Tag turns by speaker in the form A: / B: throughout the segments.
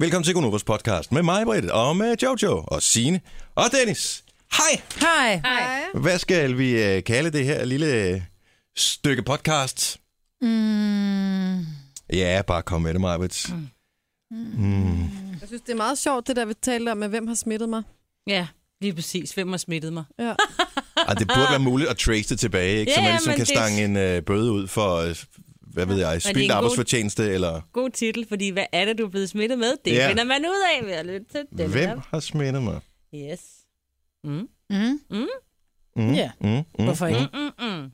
A: Velkommen til Gunovas podcast med mig, Britt, og med Jojo, og Sine og Dennis. Hej!
B: Hej.
C: Hej.
A: Hvad skal vi øh, kalde det her lille øh, stykke podcast?
B: Mm.
A: Ja, bare kom med det, Marbet. Mm.
C: Jeg synes, det er meget sjovt, det der, vi talte om, med hvem har smittet mig.
D: Ja, lige præcis. Hvem har smittet mig?
C: Ja.
A: Ej, Ah, det burde være muligt at trace det tilbage, ikke? Så
D: Ja,
A: man
D: ja,
A: ligesom
D: men
A: kan
D: det-
A: stange en øh, bøde ud for, øh, hvad ved jeg,
D: det er
A: spildt
D: en god-
A: arbejdsfortjeneste, eller
D: God titel, fordi hvad er det, du er blevet smittet med? Det
A: Ja.
D: ja. finder man ud af ved at lytte til den
A: hvem
D: her.
A: har smittet mig?
D: Yes. Mm.
B: Mm.
A: Mm,
B: Ja.
A: mm, mm,
B: Hvorfor ikke?
D: Mm, mm, mm.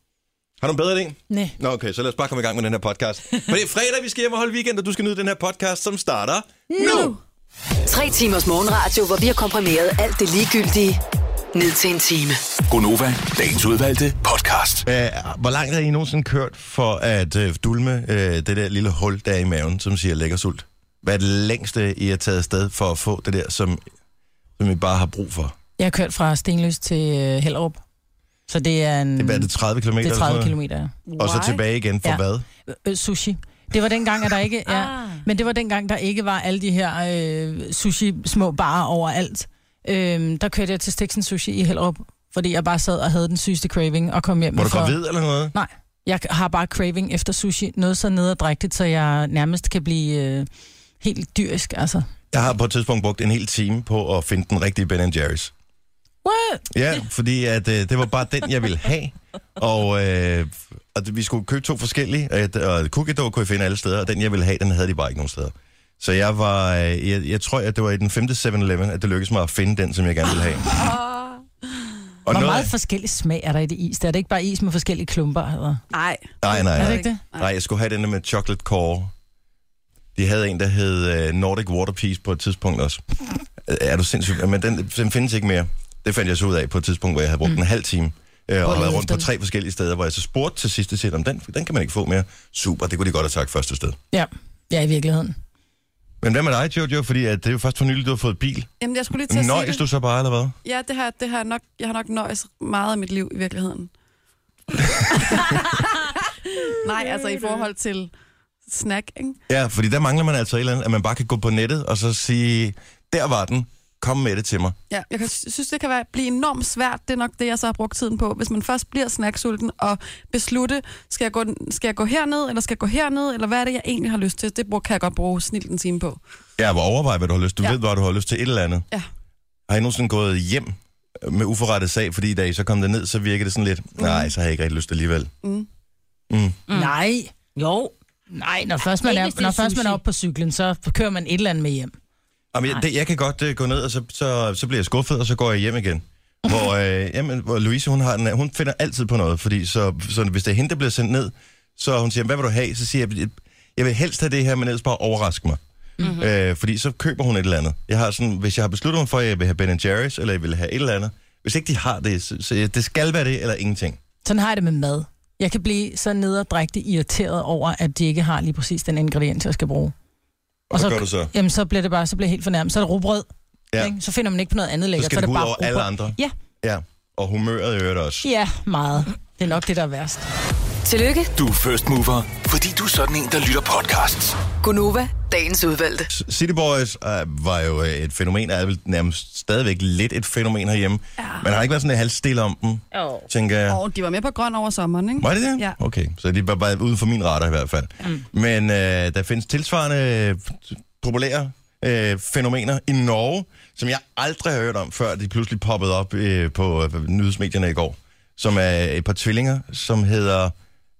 A: Har du en bedre idé?
B: Nej.
A: Nå, okay, så lad os bare komme i gang med den her podcast. For det er fredag, vi skal hjem og holde weekend, og du skal nyde den her podcast, som starter nu. nu.
E: Tre timers morgenradio, hvor vi har komprimeret alt det ligegyldige ned til en time.
F: Gonova, dagens udvalgte podcast.
A: Æh, hvor langt har I nogensinde kørt for at øh, dulme øh, det der lille hul, der er i maven, som siger lækker sult? Hvad er det længste, I har taget afsted for at få det der, som, som I bare har brug for?
B: Jeg har kørt fra Stenløs til øh, Hellerup. Så det er en...
A: Det er, hvad er det 30 km?
B: det er 30 kilometer. ja.
A: Og så
D: Why?
A: tilbage igen for ja.
B: Ja.
A: hvad?
B: Øh, Øh, sushi. Det var dengang, at der ikke... Ja,
D: Ah.
B: men det var dengang, der ikke var alle de her øh, sushi-små barer overalt. Øhm, der kørte jeg til Stiksen Sushi i Hellerup, fordi jeg bare sad og havde den sygeste craving og kom hjem
A: Var
B: med
A: du gravid eller noget?
B: Nej, jeg har bare craving efter sushi. Noget så nederdrægtigt, så jeg nærmest kan blive øh, helt dyrisk, altså.
A: Jeg har på et tidspunkt brugt en hel time på at finde den rigtige Ben Jerry's.
B: What?
A: Ja, fordi at, øh, det var bare den, jeg ville have. Og, øh, og det- vi skulle købe to forskellige, og, jeg- og cookie dough kunne jeg finde alle steder, og den, jeg ville have, den havde de bare ikke nogen steder. Så jeg var, øh, jeg, jeg tror, at det var i den femte 7-Eleven, at det lykkedes mig at finde den, som jeg gerne ville have. Og
B: Hvor
A: noget,
B: meget forskellig smag er der i det is? Der er det ikke bare is med forskellige klumper? Eller?
C: Nej.
A: nej, nej,
B: Er det
A: nej.
B: ikke det?
A: Nej, jeg skulle have den der med chocolate core. De havde en, der hed øh, Nordic Water Peace på et tidspunkt også. Øh, Er du sindssygt? Men den, den findes ikke mere. Det fandt jeg så ud af på et tidspunkt, hvor jeg havde brugt mm. en halv time. Øh, og
B: at
A: været
B: lede
A: rundt på
B: efter
A: tre forskellige steder, hvor jeg så spurgte til sidste set, om den, den kan man ikke få mere. Super, det kunne de godt have sagt første sted.
B: Ja. ja, i virkeligheden.
A: Men hvad med dig, Jojo? Fordi at det er jo først for nylig, du har fået bil.
C: Jamen, jeg skulle lige til at
A: Nøjes
C: sige
A: du så bare, eller hvad?
C: det. Ja, det har, det har jeg nok, jeg har nok nøjes meget af mit liv i virkeligheden. Nej, altså i forhold til snack, ikke?
A: Ja, fordi der mangler man altså et eller andet, at man bare kan gå på nettet og så sige, der var den, kom med det til mig.
C: Ja, jeg kan, synes, det kan være, blive enormt svært. Det er nok det, jeg så har brugt tiden på. Hvis man først bliver snacksulten og beslutte, skal jeg, gå, skal jeg gå herned, eller skal jeg gå herned, eller hvad er det, jeg egentlig har lyst til? Det brug- kan jeg godt bruge snilt en time på.
A: Ja, hvor overvej, hvad du har lyst. Du ja.
C: Ja.
A: ved, hvor du har lyst til et eller andet.
C: Ja.
A: Har I nogensinde gået hjem med uforrettet sag, fordi da I så kom ned, så virkede det sådan lidt, nej, så har jeg ikke rigtig lyst alligevel.
C: Mm.
A: Mm.
B: Mm. Nej.
D: Jo.
B: Nej, når først man
D: Ikke
B: er,
D: hvis det er
B: når først man er
D: sushi.
B: oppe på cyklen, så kører man et eller andet med hjem.
A: Jamen, jeg, det, jeg kan godt uh, gå ned, og så, så, så bliver jeg skuffet, og så går jeg hjem igen. Hvor, øh, jamen, hvor Louise, hun, har den, hun finder altid på noget, fordi så, så hvis det er hende, der bliver sendt ned, så hun siger, hvad vil du have? Så siger jeg, jeg vil helst have det her, men ellers bare overrask mig. Mm-hmm. Øh, fordi så køber hun et eller andet. Jeg har sådan, hvis jeg har besluttet mig for, at jeg vil have Ben Jerry's, eller jeg vil have et eller andet, hvis ikke de har det, så, så det skal være det, eller ingenting.
B: Sådan har jeg det med mad. Jeg kan blive så nederdrægtigt irriteret over, at de ikke har lige præcis den ingrediens, jeg skal bruge.
A: Og, og så, gør du så?
B: Jamen, så bliver det bare, så bliver jeg helt fornærmet. Så er det rugbrød.
A: Ja.
B: Ja. Ikke? Så finder man ikke på noget andet
A: Så
B: lækkert.
A: skal
B: er
A: det
B: det
A: gå ud
B: bare
A: over alle
B: rugbrød.
A: andre.
B: Ja.
A: Ja, og humøret i øvrigt også.
B: ja, meget. Det er nok det, der er værst.
E: Tillykke,
F: Du er first mover, fordi du er sådan en, der lytter podcasts.
E: Gunova, dagens udvalgte.
A: S- City Boys øh, var jo øh, et fænomen, og er vel nærmest stadigvæk lidt et fænomen herhjemme. Ja. Man har ikke været sådan helt halvstille om dem,
D: Oh.
A: tænker jeg.
C: Og de var med på grøn over sommeren, ikke?
A: Var det det?
C: Ja.
A: Okay, så de var bare uden for min radar i hvert fald. Mm. Men øh, der findes tilsvarende øh, populære øh, fænomener i Norge, som jeg aldrig har hørt om, før de pludselig poppede op øh, på øh, nyhedsmedierne i går, som er et par tvillinger, som hedder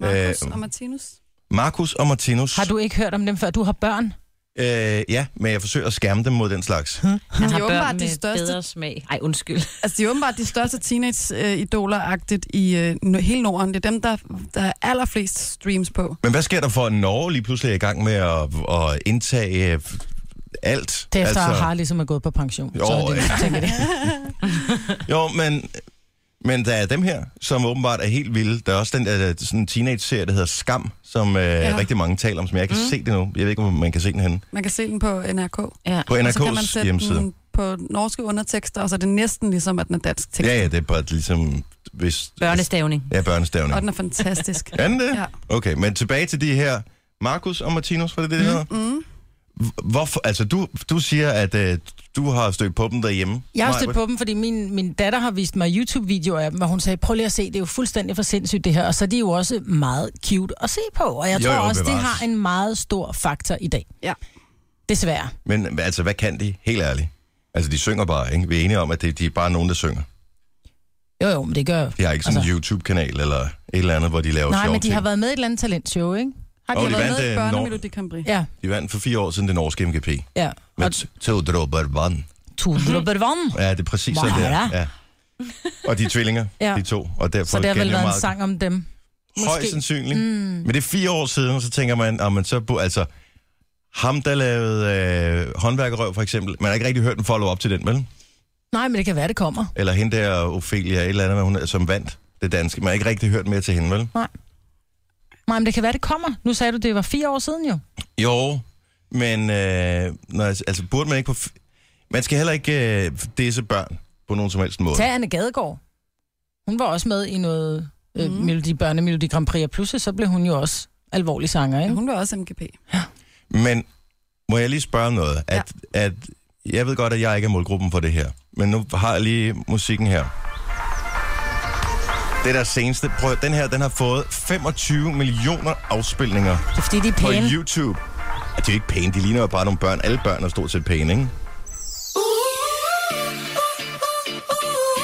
C: Markus
A: Øh,
C: og Martinus.
A: Markus og Martinus.
B: Har du ikke hørt om dem før? Du har børn. Hm.
A: Øh, ja, men jeg forsøger at skærme dem mod den slags.
D: Han
C: de
D: har
C: er åbenbart
D: børn med
C: de
D: de
C: største-
D: største... bedre smag. Ej, undskyld.
C: Altså, de er åbenbart de største teenage-idoler-agtigt i øh, no- hele Norden. Det er dem, der, der er allerflest streams på.
A: Men hvad sker der for, at Norge lige pludselig er i gang med at, at indtage øh, alt?
B: Det er efter, altså... har ligesom er gået på pension.
A: Jo,
B: så er det,
A: ja.
B: tænker det.
A: Jo, men, men der er dem her, som åbenbart er helt vilde. Der er også den der øh, sådan teenage-serie, der hedder Skam, som øh, ja. rigtig mange taler om, som jeg ikke kan mm. se det nu. Jeg ved ikke, om man kan se den henne.
C: Man kan se den på NRK.
D: Ja.
A: På
C: og så kan man
A: NRK's
C: sætte
A: hjemmeside.
C: den på norske undertekster, og så er det næsten ligesom, at den er dansk tekst.
A: Ja, ja, det er bare ligesom... Hvis,
D: Børnestavning.
A: Ja, børnestavning.
C: Og den er fantastisk.
A: Er den det?
C: Ja.
A: Okay, men tilbage til de her... Markus og Martinus, var det det, det hedder? Mm. H- Hvorfor, altså du, du siger, at øh, du har stødt på dem derhjemme.
B: Jeg har
A: Maja,
B: stødt på dem, fordi min, min datter har vist mig YouTube-videoer af dem, hvor hun sagde, prøv lige at se, det er jo fuldstændig for sindssygt det her, og så er de jo også meget cute at se på, og jeg
A: Jo,
B: tror
A: jo,
B: også, det
A: bevares.
B: har en meget stor faktor i dag.
C: Ja.
B: Desværre.
A: Men altså, hvad kan de? Helt ærligt. Altså, de synger bare, ikke? Vi er enige om, at det, de er bare nogen, der synger.
B: Jo, jo, men det gør altså-
A: De har ikke sådan en YouTube-kanal eller et eller andet, hvor de laver
B: Nej,
A: sjove
B: men de
A: ting.
B: har været med i et eller andet talentshow, ikke?
C: Har de,
A: Og
C: de
A: de
C: været
A: vandt,
C: med i
A: øh,
C: Børnemelodi Grand Prix?
B: Ja,
A: De vandt for fire år siden det norske MGP.
B: ja.
A: Med
B: Og
A: Teodoro Barban.
B: Tudel Bervan.
A: Ja, det er præcis sådan
B: Wow.
A: der. Ja. Og de er tvillinger,
B: Ja.
A: de to. Og derfor
B: Så det har
A: kan
B: vel
A: jeg
B: været en
A: meget-
B: sang om dem.
A: Højst sandsynligt. Mm. Men det er fire år siden, og så tænker man, at man så, bo- altså, ham, der lavede øh, håndværkerøv, for eksempel, man har ikke rigtig hørt den follow op til den, vel?
B: Nej, men det kan være, det kommer.
A: Eller hende der, Ophelia, et eller andet, hvad hun, er, som vandt det danske. Man har ikke rigtig hørt mere til hende, vel?
B: Nej, men det kan være, det kommer. Nu sagde du, det var fire år siden jo.
A: Jo, men øh, når, altså, burde man ikke på... F- man skal heller ikke øh, disse børn på nogen som helst måde.
B: Tag Anne Gadegaard. Hun var også med i noget øh, Melodi Børne Melodi Grand Prix, og pludselig så blev hun jo også alvorlig sanger,
C: Ja,
B: ikke?
C: hun var også MGP.
A: Men må jeg lige spørge om noget? At, ja. at, jeg ved godt, at jeg ikke er målgruppen for det her, men nu har jeg lige musikken her. Det der seneste, prøv, den her, den har fået 25 millioner afspilninger
B: Det er fordi, de er
A: på
B: pæne.
A: YouTube. Ja, det er jo ikke pæne, de ligner jo bare nogle børn. Alle børn er stort set pæne, ikke?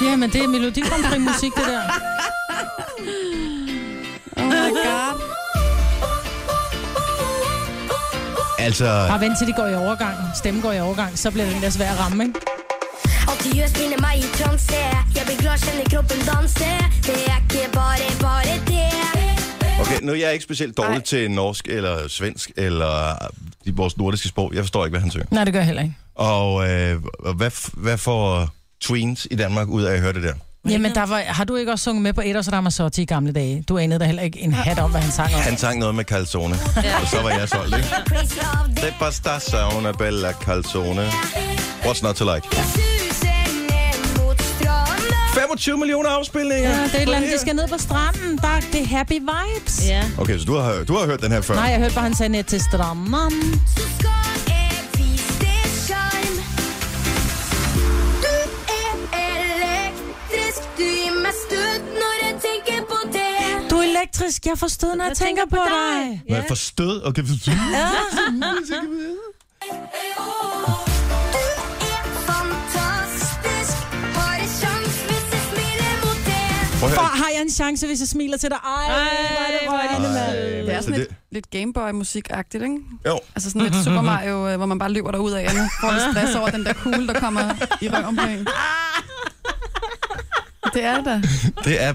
B: Ja, men det er Melodi Grand Prix musik, det der.
C: Oh my god.
A: Altså,
B: Bare vent til de går i overgang. Stemmen går i overgang, så bliver det endda svær at ramme, ikke?
G: Og de gjør spinner meg i transe. Jeg blir glad, kjenner kroppen danse. Det er ikke bare, bare det.
A: okay, nu er jeg ikke specielt dårlig til norsk eller svensk eller de vores nordiske sprog. Jeg forstår ikke, hvad han synger.
B: Nej, det gør jeg heller ikke.
A: Og øh, og hvad, f- hvad får tweens i Danmark ud af at høre det der?
B: Jamen, der var, har du ikke også sunget med på Edders og Ramazotti i gamle dage? Du anede da heller ikke en hat om, hvad han sang om.
A: Han sang noget med calzone, og så var jeg solgt, ikke?
G: Crazy av det.
A: Det er pasta una bella calzone. What's not to like?
G: Suser ned mot stranda.
A: 25 millioner afspilninger!
B: Ja, det er et eller andet, de skal ned på stranden. Der er det happy vibes.
D: Ja.
A: Okay, så du har, du har hørt den her før?
B: Nej, jeg hørte bare, han sagde ned til stranden.
G: Så skal jeg vise deg sjarm. Du er elektrisk. Du gir meg støt når jeg tenker på det.
B: Du er elektrisk, jeg får stød, når jeg, tænker på dig.
A: Hvad for stød? Okay, for...
G: Du er fantastisk. Har en sjans hvis jeg smiler mot det.
A: Prøv at
B: Far,
A: høre.
B: har jeg en chance, hvis jeg smiler til dig? Ej, hvor er det rørende, mand.
A: Ej,
C: Det er
A: men så
C: sådan
A: det,
C: lidt, lidt Gameboy-musikagtigt, ikke?
A: jo,
C: Altså sådan lidt Super Mario, øh, hvor man bare løber derud af, og nu får lidt stress over den der kugle, der kommer i røven på en. Det er det da.
A: det er...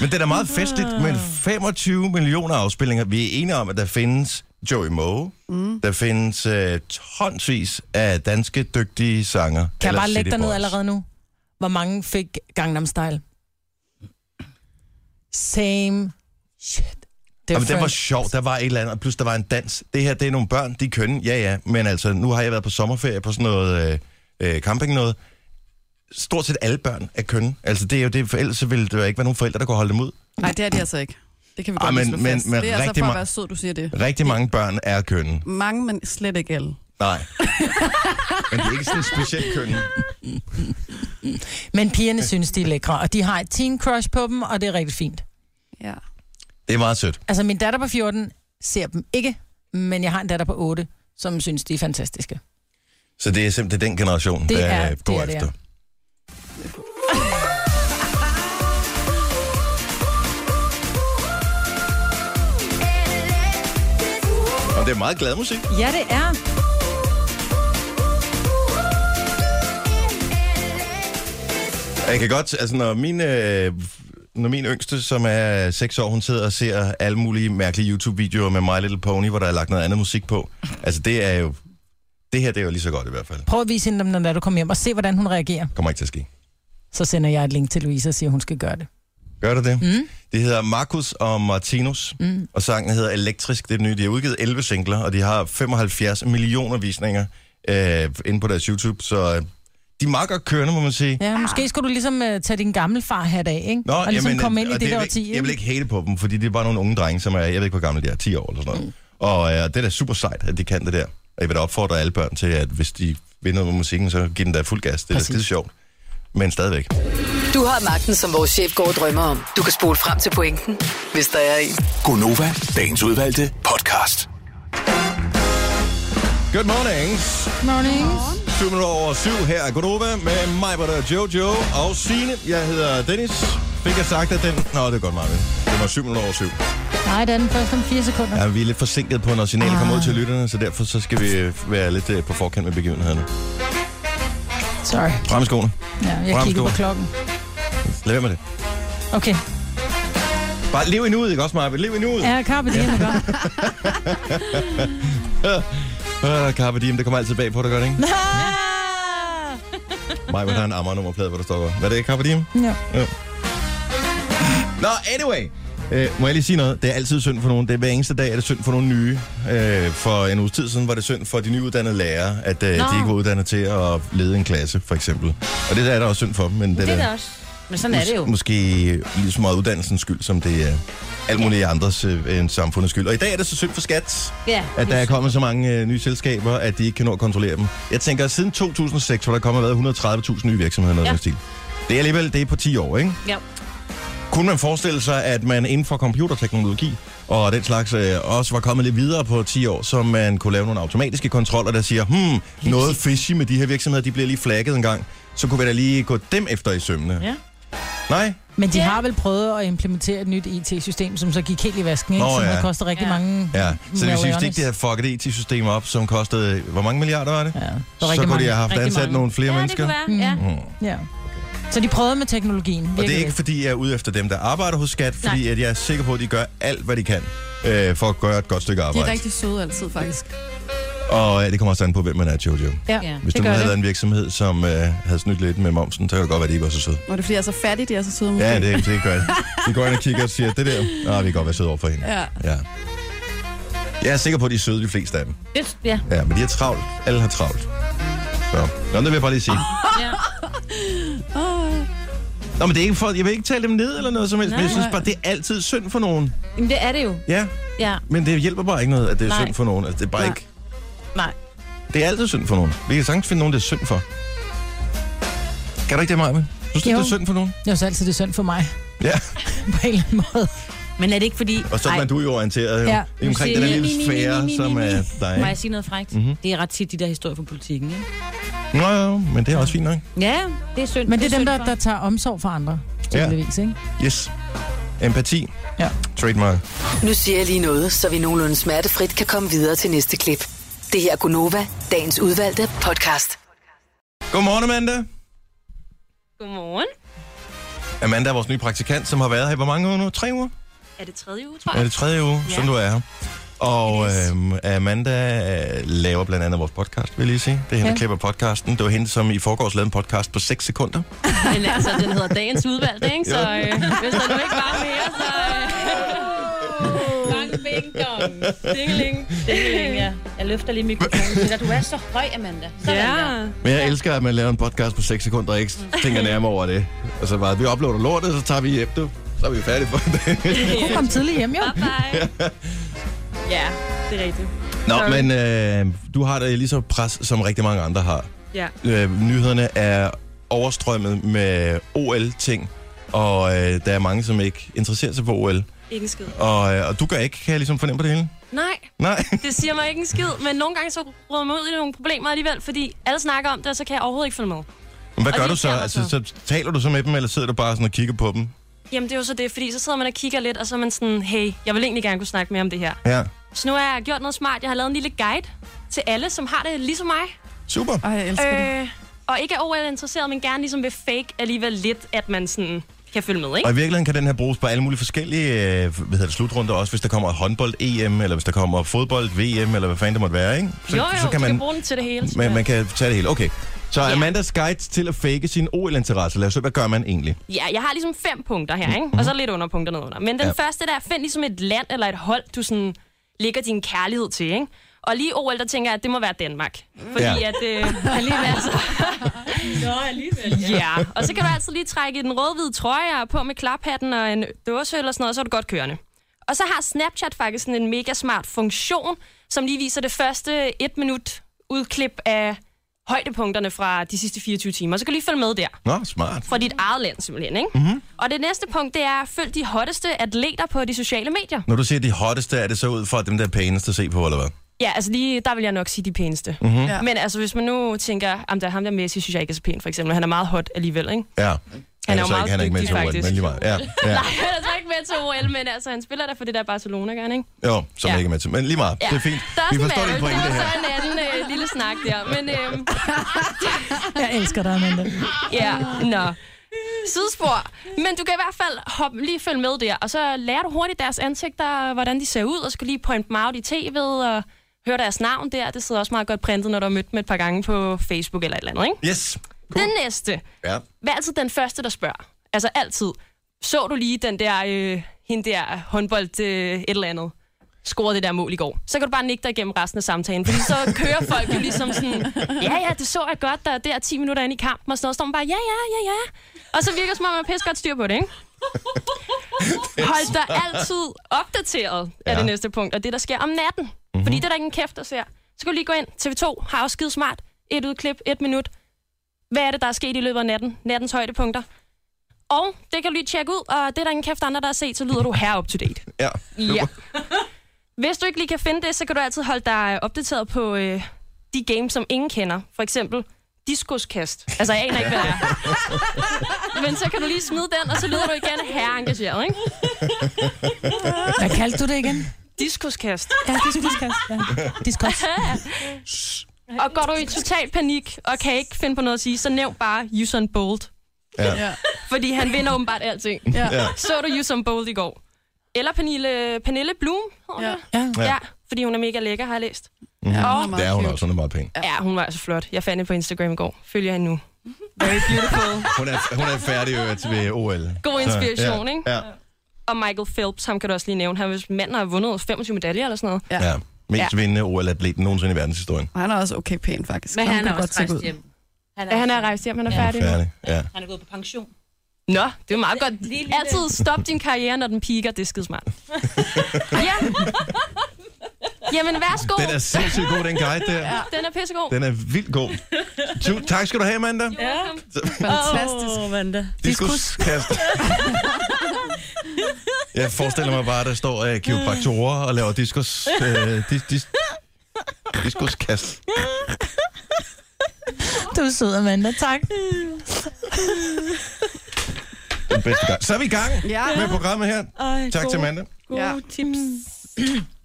A: Men det er da meget festligt, men 25 millioner afspilninger. Vi er enige om, at der findes Joey Moe, mm. der findes øh, tonsvis af danske dygtige sanger.
B: Kan jeg
A: eller
B: bare
A: City
B: lægge dig ned
A: Boys.
B: allerede nu? Hvor mange fik Gangnam Style? Same shit.
A: Jamen, det var
B: Different.
A: sjovt, der var et eller andet, og plus der var en dans. Det her, det er nogle børn, de er kønne, ja ja, men altså, nu har jeg været på sommerferie på sådan noget øh, øh, camping noget. Stort set alle børn er kønne. Altså, det er jo det, for ellers så ville der jo ikke være nogen forældre, der kunne holde dem ud.
C: Nej, det er det altså ikke. Det kan vi
A: Ej,
C: godt
A: Ah, men-
C: men,
A: men-
C: fast.
A: men
C: det er altså
A: rigtig
C: for
A: ma-
C: at være sød, du siger det.
A: Rigtig mange børn er kønne.
C: Mange, men slet ikke alle.
A: Nej. men det er ikke sådan specielt kønne.
B: Men pigerne synes, de er lækre, og de har et teen crush på dem, og det er rigtig fint.
C: Ja.
A: Det er meget sødt.
B: Altså, min datter på 14 ser dem ikke, men jeg har en datter på 8, som synes, de er fantastiske.
A: Så det er simpelthen den generation,
B: Det
A: der
B: er-
A: øh, går
B: det er det,
A: efter. Og det er meget glad musik.
B: Ja, det er.
A: Og Jeg kan godt, altså når min, øh, når min yngste, som er 6 år, hun sidder og ser alle mulige mærkelige YouTube-videoer med My Little Pony, hvor der er lagt noget andet musik på. Altså det er jo, det her det er jo lige så godt i hvert fald.
B: Prøv at vise hende dem, når du kommer hjem, og se, hvordan hun reagerer.
A: Kommer ikke til at ske.
B: Så sender jeg et link til Louise og siger, hun skal gøre det.
A: Gør du det? Mm. Det hedder Markus og Martinus, mm. og sangen hedder Elektrisk. Det er det nye. De har udgivet 11 singler, og de har 75 millioner visninger øh, inde på deres YouTube, så øh, de er meget godt kørende, må man sige.
B: Ja, måske skulle du ligesom uh, tage din gamle far hat af, ikke? og ligesom komme ind i
A: og
B: det, der
A: vil-
B: årti,
A: Jeg vil
B: ikke?
A: ikke hate på dem, fordi det er bare nogle unge drenge, som er, jeg ved ikke, hvor gamle de er, 10 år eller sådan noget. Mm. Og øh, det er da super sejt, at de kan det der. Og jeg vil da opfordre alle børn til, at hvis de vil noget med musikken, så giv den da fuld gas. Det er da
B: Præcis.
A: skide sjovt. Men stadigvæk.
E: Du har magten, som vores chef går og drømmer om. Du kan spole frem til pointen, hvis der er en.
F: Gonova, dagens udvalgte podcast.
A: Good morning.
B: Morning.
A: 7 minutter over 7 her er Godova med mig, hvor der er Jojo og Signe. Jeg hedder Dennis. Fik jeg sagt, at den... Nå, det er godt, Marvin. Det var 7 minutter over 7.
B: Nej, det er den først om fire sekunder.
A: Ja, vi er lidt forsinket på, når signalet ah. kommer ud til lytterne, så derfor så skal vi øh, være lidt øh, på forkant med begivenhederne.
B: Sorry.
A: Frem i skoene.
B: Ja, jeg
A: Frem,
B: kigger på
A: skål.
B: klokken.
A: Lad være med det.
B: Okay.
A: Bare lev endnu ud, ikke også, Marvin? Lev endnu ud.
B: Ja, Carpe Diem er godt.
A: Ja. Uh, Carpe Diem, det kommer altid bag på dig, gør det ikke?
B: Ah!
A: Mig, hvor der er en Amager-nummerplade, hvor der står... Hvad er det, Carpe Diem?
B: Ja.
A: Nå, anyway. Øh, må jeg lige sige noget? Det er altid synd for nogen. Det er hver eneste dag, er det synd for nogle nye. Øh, for en uges tid siden var det synd for de nyuddannede lærere, at øh, de ikke var uddannet til at lede en klasse, for eksempel. Og det der er der også synd for dem, men det,
D: Det er
A: der,
D: det også. Men sådan er det jo.
A: Mås- måske lige så meget uddannelsens skyld, som det er alt muligt andres øh, end samfundets skyld. Og i dag er det så synd for skat,
D: Ja,
A: at
D: det
A: der
D: er
A: er kommet så mange øh, nye selskaber, at de ikke kan nå at kontrollere dem. Jeg tænker, at siden 2006 hvor der kommet været 130.000 nye virksomheder. Noget
D: Ja.
A: ja. Det er alligevel det er på 10 år, ikke?
D: Ja.
A: Kunne man forestille sig, at man inden for computerteknologi og den slags øh, også var kommet lidt videre på 10 år, så man kunne lave nogle automatiske kontroller, der siger, hmm, noget fishy med de her virksomheder, de bliver lige flagget en gang, så kunne vi da lige gå dem efter i sømmene.
D: Ja.
A: Nej?
B: Men de
D: Ja.
B: har vel prøvet at implementere et nyt IT-system, som så gik helt i vasken, ikke?
A: Nå,
B: Som
A: ja.
B: har kostet rigtig
D: Ja.
B: mange
A: Ja. Så det vil sige, hvis de
B: millioner.
A: ikke de havde fucket IT-systemet E op, som kostede, hvor mange milliarder var det?
B: Ja, der var
A: så
B: rigtig
A: kunne
B: mange.
A: de have haft
D: rigtig
A: ansat
D: mange.
A: nogle flere
D: ja,
A: mennesker.
D: det kunne være. Ja.
A: Mm.
B: Ja. Så de prøvede med teknologien.
A: Og det
B: virkelig.
A: er ikke, fordi jeg er ude efter dem, der arbejder hos skat, fordi
D: Nej.
A: at jeg er sikker på, at de gør alt, hvad de kan øh, for at gøre et godt stykke
C: De er
A: arbejde.
C: rigtig søde altid, faktisk.
A: Og øh, det kommer også an på, hvem man er, Jojo.
D: Ja.
A: Hvis
B: det
A: du nu
B: gør
A: havde
B: det.
A: været en virksomhed, som øh, havde snydt lidt med momsen, så kan det godt være, at de ikke var så søde.
C: Nå, det er fordi, jeg er så fattig, de er så søde. måske.
A: Ja, det, det gør det. Vi går ind og kigger og siger, det der, nej, vi kan godt være søde over for hende.
C: Ja.
A: ja. Jeg er sikker på, at de er søde, de fleste af dem.
D: Det, ja.
A: Ja, men de har travlt. Alle har travlt. Så, Nå, det vil jeg bare lige sige.
G: Ah.
D: ja.
A: Nå, men det er ikke for, jeg vil ikke tale dem ned eller noget som helst, men jeg
D: Nej.
A: synes bare, det er altid synd for nogen.
D: Jamen, det er det jo.
A: Ja,
D: Ja.
A: men det hjælper bare ikke noget, at det er
D: Nej.
A: synd for nogen. Altså, det er bare
C: Nej.
A: ikke...
D: Nej.
A: Det er altid synd for nogen. Vi kan sagtens finde nogen, det er synd for. Kan du ikke det, Maja? Synes du,
B: Jo.
A: det er synd for nogen?
B: Det er jo så altid det er synd for mig,
A: Ja.
B: på en eller anden måde.
D: Men er det ikke fordi...
A: Og så er
D: Ej,
A: man du jo orienteret jo,
B: Ja.
A: ja. omkring den her lille
D: Ni, ni, ni, ni,
A: sfære,
D: ni, ni,
A: som
D: ni,
A: er
D: ni.
A: dig.
D: Må jeg sige noget frækt?
A: Mhm.
D: Mm-hmm. Det er ret tit de der historier fra politikken, ikke?
A: ikke? Nå, jo, men det er også fint nok.
D: Ja, det er synd.
B: Men det er dem,
D: synd
B: der,
D: for-
B: der tager omsorg for andre, tydeligvis, ikke?
A: Yes. Empati.
B: Ja.
A: Trademark.
E: Nu siger jeg lige noget, så vi nogenlunde smertefrit kan komme videre til næste klip. Det her er Gunova, dagens udvalgte podcast.
A: Godmorgen, Amanda.
D: Godmorgen.
A: Amanda er vores nye praktikant, som har været her i hvor mange uger nu? Tre uger?
D: Er det tredje uge, tror
A: Er det tredje uge, ja. som du er her? Og øhm, Amanda øh, laver blandt andet vores podcast, vil jeg lige sige. Det er hende, der
B: Ja.
A: klipper podcasten. Det var hende, som i forgårs lavede en podcast på 6 sekunder.
H: Men altså, den hedder Dagens Udvalg, ikke? Så øh, hvis der nu ikke var mere, så...
D: Lang bing dong. Dingeling. Dingeling, ja. Jeg løfter lige mikrofonen til dig. Du er så høj, Amanda. Sådan
H: Ja.
D: der.
A: Men jeg elsker, at man laver en podcast på 6 sekunder, og ikke tænker nærmere over det. Og så bare, vi uploader lortet, så tager vi hjem, du. Så er vi færdige for det.
B: Du kom tidligt hjem, jo.
H: Bye. Ja, det er rigtigt.
A: Nå,
H: Sorry.
A: men øh, du har det lige så pres, som rigtig mange andre har.
H: Ja.
A: Øh, nyhederne er overstrømmet med OL-ting, og øh, der er mange, som ikke interesserer sig for OL.
H: Ikke en skid.
A: Og, øh, og du gør ikke, kan jeg ligesom fornemme på det hele?
H: Nej,
A: Nej.
H: det siger mig ikke en skid, men nogle gange så råder jeg mig ud i nogle problemer alligevel, fordi alle snakker om det, og så kan jeg overhovedet ikke følge med.
A: Men hvad
H: Og
A: gør
H: det
A: du så?
H: irriterer mig
A: Altså,
H: så.
A: så taler du så med dem, eller sidder du bare sådan og kigger på dem?
H: Jamen det er jo så det, fordi så sidder man og kigger lidt, og så er man sådan, hey, jeg vil egentlig gerne kunne snakke mere om det her.
A: Ja.
H: Så nu har jeg gjort noget smart. Jeg har lavet en lille guide til alle, som har det ligesom mig.
A: Super.
C: Ej, jeg elsker øh. det.
H: Øh, og ikke er OL-interesseret, men gerne ligesom vil fake alligevel lidt, at man sådan kan følge med,
A: Og
H: ikke?
A: i virkeligheden kan den her bruges på alle mulige forskellige øh, hvad hedder det, slutrunder, også hvis der kommer håndbold-EM, eller hvis der kommer fodbold-VM, eller hvad fanden det måtte være, ikke?
H: Jo, jo, så kan man, kan bruge den til det hele.
A: man, man kan tage det hele. Okay, så
H: Ja.
A: Amandas guide til at fake sin OL-interesse. Lad os se, hvad gør man egentlig?
H: Ja, jeg har ligesom fem punkter her, ikke? Og så lidt underpunkter nedenunder. Men den
A: Ja.
H: ja. første der, find ligesom et land eller et hold, du sådan lægger din kærlighed til, ikke? Og lige OL, der tænker jeg, at det må være Danmark. Fordi
A: Ja.
H: ja. at... Øh, alligevel, altså.
D: Nå, alligevel.
H: Ja, og så kan du altid lige trække den rød-hvide trøje og på med klaphatten og en dåse eller sådan noget, og så er du godt kørende. Og så har Snapchat faktisk sådan en mega smart funktion, som lige viser det første et minut udklip af højdepunkterne fra de sidste 24 timer. Så kan du lige følge med der
A: Nå, smart.
H: fra dit eget land simpelthen, ikke?
A: Mhm.
H: Mm-hmm. Og det næste punkt, det er, følg de hotteste atleter på de sociale medier.
A: Når du siger de hotteste, er det så ud fra dem, der er pæneste at se på, eller hvad?
H: Ja, altså lige, der vil jeg nok sige de pæneste.
A: Mhm.
H: Mm-hmm. Ja. Men altså, hvis man nu tænker, at der er ham der Messi, synes jeg ikke er så pæn, for eksempel. Han er meget hot alligevel, ikke?
A: Ja.
H: Han er
A: så
H: jo
A: ikke, han
H: meget
A: er ikke med
H: dygtig,
A: til OL,
H: faktisk.
A: men lige meget. Ja, ja.
H: Nej, han er så ikke med til OL, men altså, han spiller der for det der Barcelona, gør han, ikke?
A: Jo, som ja.
H: Ja.
A: ikke er med til. Men lige meget, ja. det er fint.
H: Der er
A: Vi
H: sådan
A: forstår
H: en
A: din
H: anden-
A: pointe
H: der er
A: her.
H: så en anden øh, lille snak der, men øhm,
B: Jeg elsker dig, Amanda.
H: ja, nå. Sidespor. Men du kan i hvert fald hoppe, lige følge med der, og så lærer du hurtigt deres ansigter, hvordan de ser ud, og så kan du lige pointe dem out i tv'et, og høre deres navn der. Det sidder også meget godt printet, når du har mødt dem et par gange på Facebook eller et eller andet, ikke?
A: Yes.
H: Den næste.
A: Ja.
H: Vær altid den første, der spørger. Altså altid. Så du lige den der, øh, hende der håndbold øh, et eller andet? scorede det der mål i går. Så kan du bare nikke dig igennem resten af samtalen, fordi så kører folk jo ligesom sådan, ja, ja, det så jeg godt, der er der 10 minutter inde i kampen, og sådan noget, står man bare, ja, ja, ja, ja. Og så virker det, som om man har pisse godt styr på det, ikke? Hold dig altid opdateret, er
A: Ja.
H: det næste punkt, og det, der sker om natten. Mm-hmm. Fordi det er der ingen kæft, der ser. Så kan du lige gå ind. TV2 har også skide smart. Et udklip, et minut. Hvad er det, der er sket i løbet af natten? Nattens højdepunkter. Og det kan du lige tjekke ud, og det er der ingen kæft andre, der har set, så lyder du her up to date.
A: Ja.
H: Ja. Hvis du ikke lige kan finde det, så kan du altid holde dig opdateret på øh, de games, som ingen kender. For eksempel diskoskast. Altså, jeg aner ikke, hvad det er. Men så kan du lige smide den, og så lyder du igen herre engageret, ikke?
B: Hvad kaldte du det igen?
H: Diskoskast.
B: Ja, diskoskast. Ja. Diskoskast.
H: Og går du i total panik, og kan ikke finde på noget at sige, så nævn bare Usain Bolt.
A: Ja.
H: Fordi han vinder åbenbart alting.
C: Ja.
A: Ja.
H: Så du Usain Bolt i går? Eller Pernille, Pernille Blum,
C: Ja.
H: ja.
B: Ja.
H: ja. fordi hun er mega lækker, har jeg læst. Og
A: Mhm.
C: meget
A: Det er hun
C: cute.
A: også, hun er meget pæn.
H: Ja, Mhm. hun var altså flot. Jeg fandt hende på Instagram i går. Følger hende nu. Very beautiful.
A: Hun er, hun er færdig i øvrigt ved OL.
H: God inspiration,
A: ja.
H: ikke?
A: Ja.
H: Og Michael Phelps, ham kan du også lige nævne. Han hvis manden har vundet 25 medaljer eller sådan noget.
C: Ja.
A: ja. Mest vindende OL-atlet nogensinde i verdenshistorien.
C: Og han er også okay pæn, faktisk.
D: Men
C: Han
D: han
C: kan
D: er også
C: se
D: rejst
C: ud.
D: hjem.
H: Ja, han er rejst hjem, han er færdig nu.
A: Færdig, ja.
D: Han er gået på pension.
H: Nå, det er meget godt.
D: Lige lidt.
H: Altid stop din karriere, når den piker. Det er skidesmart. ja. Jamen, værsgo.
A: Den er sindssygt god, den guide der.
H: Den er pissegod.
A: Den er vildt god. Tu- tak skal du have, Amanda.
D: Ja.
C: Fantastisk.
D: Åh, Amanda.
A: Diskuskast. Jeg forestiller mig bare, at der står uh, kiropraktorer og laver diskus, uh, dis, dis, diskuskast.
B: Du er sød, Amanda. Tak.
A: Den bedste gang. Så er vi i gang
C: Ja.
A: med programmet her.
D: Ej,
A: Tak til
D: gode-
A: Amanda.
D: Gode
C: Ja.
D: ja. tips.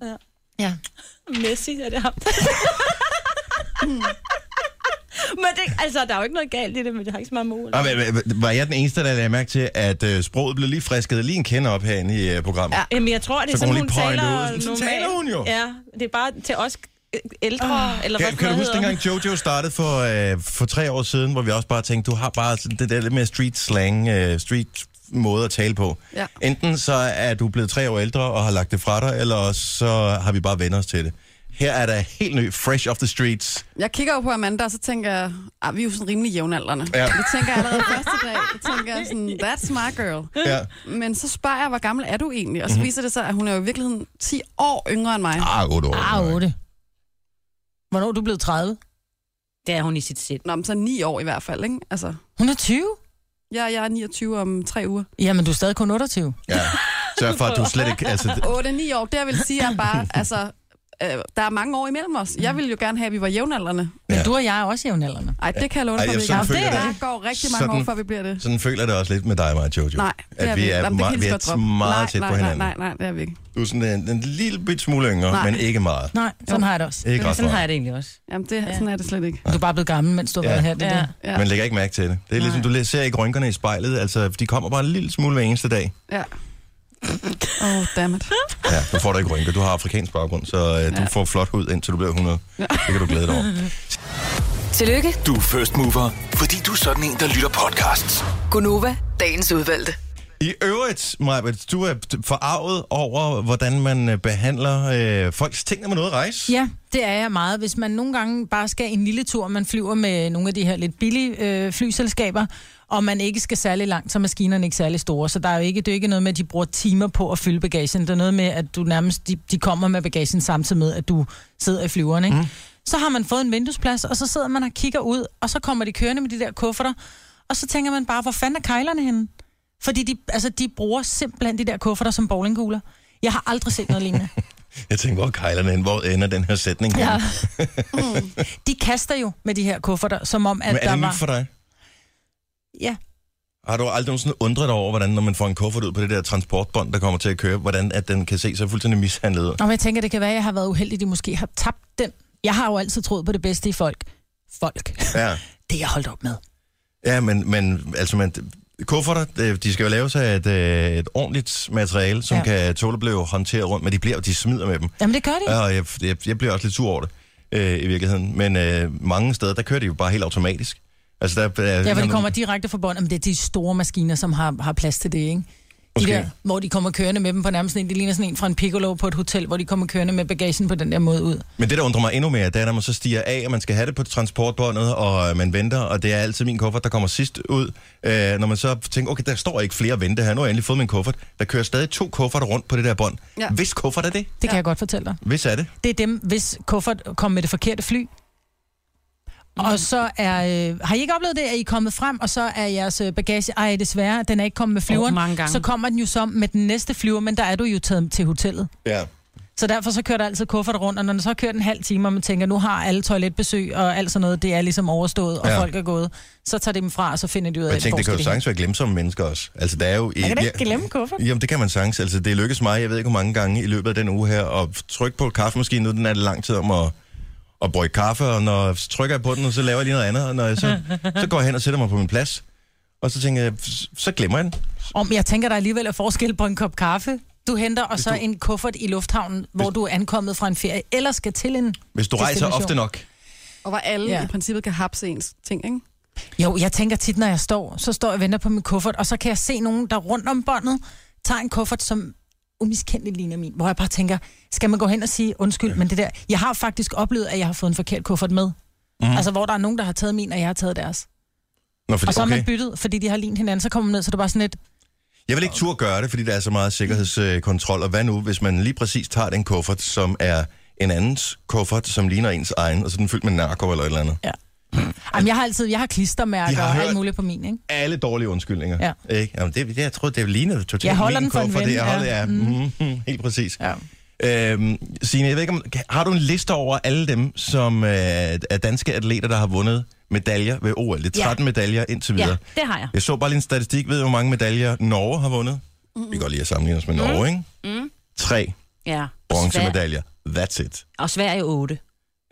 D: ja.
B: Ja.
D: Messi er det ham. men det, altså, der er jo ikke noget galt i det, men det har ikke så meget mål.
A: Og, hva- hva- var jeg den eneste, der lagde mærke til, at uh, sproget blev lige frisket lige en kende op herinde i uh, programmet?
D: Ja. Jamen, jeg tror, det er
A: Så kan
D: sådan,
A: hun
D: hun,
A: lige pøjle
D: taler
A: ud. Sådan taler hun jo. Ah.
D: Ja, det er bare til os ældre, oh. eller
A: Kan,
D: hvad
A: kan du
D: sådan noget
A: huske
D: hedder.
A: dengang Jojo startede for, øh, for tre år siden, hvor vi også bare tænkte, du har bare sådan det der lidt mere street slang, øh, street måde at tale på.
C: Ja.
A: Enten så er du blevet tre år ældre og har lagt det fra dig, eller også så har vi bare vendt os til det. Her er der helt ny, fresh off the streets.
C: Jeg kigger jo på Amanda, og så tænker jeg, "Ah, vi er jo sådan rimelig jævnaldrende.
A: Ja.
C: Ja. Det tænker jeg allerede første dag. Jeg tænker jeg sådan, that's my girl.
A: Ja. Mhm.
C: Men så spørger jeg, hvor gammel er du egentlig? Og så viser det sig, at hun er jo i virkeligheden 10 år yngre end mig.
A: Ah, otte år.
B: Ah, 8. Hvornår er du blevet 30?
D: Det er hun i sit sind.
C: Nå, men så 9 år i hvert fald, ikke? Altså,
B: Hun er 20.
C: jeg, jeg er 29 om tre uger.
B: Jamen, du er stadig kun 28.
A: Ja. Sørg for, at du slet ikke... Altså, d-
C: 8-9 år, der vil sige, at bare, altså, øh, der er mange år imellem os. Jeg ville jo gerne have, at vi var jævnaldrende.
B: Men
A: Ja.
B: du og jeg er også jævnaldrende.
C: Ej, det kan jeg love
A: Ej,
C: dig for,
A: jeg
C: vi
A: sådan
C: ikke
A: føler
C: er.
A: det
C: Der
A: ikke.
C: går rigtig mange
A: Sådan-
C: år, før vi bliver det.
A: sådan føler jeg det også lidt med dig, mig og Jojo.
C: Nej, det
A: at vi
C: ikke.
A: er,
C: Jamen, det kan
A: meget,
C: I
A: vi er
C: lige så godt droppe.
A: meget
C: nej,
A: tæt
C: nej,
A: på hinanden.
C: Nej, nej, nej, det er vi ikke.
A: Du er sådan en, en lille bit smule yngre,
C: Nej.
A: men ikke meget.
B: Nej, sådan har jeg det også.
A: Ikke ret
D: Sådan har
A: meget.
D: jeg det egentlig også.
C: Jamen, det, sådan er det slet ikke.
B: Du er bare blevet gammel, mens du har
A: Ja.
B: været her. Det er
D: Ja.
B: det.
C: Ja,
A: Man lægger ikke mærke til det. Det er ligesom, du ser ikke rynkerne i spejlet. Altså, de kommer bare en lille smule hver eneste dag.
C: ja. Oh, damn it.
A: Ja, nu får du ikke rynker. Du har afrikansk baggrund, så øh, du får flot hud, indtil du bliver 100. Det kan du glæde dig over.
E: Tillykke,
F: Du er first mover, fordi du er sådan en, der lytter podcasts.
E: Gunova, dagens udvalgte.
A: I øvrigt, Majbert, du er forarvet over, hvordan man øh, behandler øh, folks ting, når man er ude at rejse.
B: Ja, det er jeg meget. Hvis man nogle gange bare skal en lille tur, man flyver med nogle af de her lidt billige øh, flyselskaber, og man ikke skal særlig langt, så er maskinerne ikke særlig store. Så der er jo ikke, det er jo ikke noget med, at de bruger timer på at fylde bagagen. Det er noget med, at du nærmest, de, de kommer med bagagen samtidig med, at du sidder i flyveren. Ikke? Mm. Så har man fået en vinduesplads, og så sidder man og kigger ud, og så kommer de kørende med de der kufferter, og så tænker man bare, hvor fanden er kejlerne henne? Fordi de, altså, de bruger simpelthen de der kufferter som bowlingkugler. Jeg har aldrig set noget lignende.
A: Jeg tænkte, hvor er kejlerne hen? Hvor ender den her sætning? Ja. Men
B: Mm. De kaster jo med de her kufferter, som om, at
A: er
B: der
A: det
B: var...
A: nyt for dig?
B: Ja.
A: Har du aldrig nogensinde undret dig over, hvordan når man får en kuffert ud på det der transportbånd, der kommer til at køre, hvordan at den kan se så fuldstændig mishandlet ud?
B: Nå, men jeg tænker, det kan være, at jeg har været uheldig, de måske har tabt den. Jeg har jo altid troet på det bedste i folk. Folk.
A: Ja,
B: Det er jeg holdt op med.
A: ja men, men altså, man, kufferter, øh, de skal jo laves af et, øh, et ordentligt materiale, som ja.
B: Ja.
A: kan tåle at blive håndteret rundt, men de bliver de smider med dem.
B: Jamen, det gør de.
A: Ja, og jeg, jeg, jeg bliver også lidt sur over det øh, i virkeligheden. Men øh, mange steder, der kører de jo bare helt automatisk. Altså, der, er-
B: Ja, hvor de kommer direkte fra bånd. Jamen, det er de store maskiner, som har, har plads til det, ikke? De
A: Måske.
B: der, hvor de kommer kørende med dem på nærmest en, det ligner sådan en fra en piccolo på et hotel, hvor de kommer kørende med bagagen på den der måde ud.
A: Men det, der undrer mig endnu mere, det er, når man så stiger af, og man skal have det på transportbåndet, og øh, man venter, og det er altid min kuffert, der kommer sidst ud. Øh, når man så tænker, okay, der står ikke flere at vente her, nu har jeg endelig fået min kuffert. Der kører stadig to kufferter rundt på det der bånd. Ja.
C: Ja.
A: Hvis kuffert er det?
B: Det kan jeg godt fortælle dig.
A: Hvis er det?
B: Det er dem, hvis kuffert kom med det forkerte fly.
A: Mm.
B: Og så er... Øh, har I ikke oplevet det, at I er kommet frem, og så er jeres øh, bagage... Ej, desværre, den er ikke kommet med flyveren.
H: Åh, mange gange.
B: Så kommer den jo så med den næste flyver, men der er du jo taget til hotellet.
A: Ja.
B: Så derfor så kører der altid kuffert rundt, og når den så kører en halv time, og man tænker, nu har alle toiletbesøg og alt sådan noget, det er ligesom overstået, og
A: Ja.
B: ja. folk er gået, så tager de dem fra, og så finder de ud af,
A: Og jeg tænkte,
B: hvor
A: det kan
B: skal
A: jo
B: de hen?
A: sagtens være glemsomme mennesker også. Altså, der er jo...
B: Jeg kan da ikke glemme kuffert.
A: Jamen, det kan man sagtens. Altså, det lykkedes mig, jeg ved ikke, hvor mange gange i løbet af den uge her, at trykke på kaffemaskinen, nu den er det lang tid om at, at brygge kaffe, og når jeg trykker jeg på den, og så laver jeg lige noget andet, og når jeg så, så går jeg hen og sætter mig på min plads, og så tænker jeg, "S- så glemmer jeg den.
B: Om jeg tænker, der alligevel er forskel på en kop kaffe, du henter, og så du... en kuffert i lufthavnen, hvor du er ankommet fra en ferie, eller skal til en...
A: Hvis du rejser
B: Destination.
A: ofte nok.
C: Og hvor alle
B: Ja.
C: ja. i princippet kan hapse ens ting, ikke?
B: Jo, jeg tænker tit, når jeg står, så står jeg og venter på min kuffert, og så kan jeg se nogen, der rundt om båndet, tager en kuffert, som umiskendeligt ligner min, hvor jeg bare tænker, skal man gå hen og sige, undskyld, men det der, jeg har faktisk oplevet, at jeg har fået en forkert kuffert med. Mm. Altså, hvor der er nogen, der har taget min, og jeg har taget deres.
A: Nå, Mhm. fordi,
B: Og så har
A: okay.
B: man byttet, fordi de har lignet hinanden, så kommer man ned, så det er bare sådan lidt,
A: Jeg vil ikke turde gøre det, fordi der er så meget sikkerhedskontrol, og hvad nu, hvis man lige præcis tager den kuffert, som er en andens kuffert, som ligner ens egen, og så er den fyldt med narko eller et eller andet.
B: jamen, jeg har altid, jeg har
A: De
B: klistermærker
A: har
B: og
A: hørt-
B: alt muligt på min, ikke?
A: alle dårlige undskyldninger. Ja. Ikke? Jamen, det, det, jeg tror, det ligner totalt
B: Jeg holder
A: min
B: den for en
A: kuffert.
B: ven,
A: Det, jeg
B: ja.
A: holder, ja. Mm. Mm, helt præcis.
B: Ja.
A: Øhm, Signe, jeg ved ikke, om, kan- har du en liste over alle dem, som øh, er danske atleter, der har vundet medaljer ved OL? Det er
D: Ja.
A: 13 medaljer indtil videre.
D: Ja,
A: Ja.
D: det har jeg.
A: Jeg så bare lige en statistik. Ved du, hvor mange medaljer Norge har vundet? Mm. Vi kan godt lige at sammenligne os med Norge, mm. ikke?
D: Mm.
A: Tre
D: Ja. Og Sver-
A: bronzemedaljer. That's it.
D: Og Sverige 8.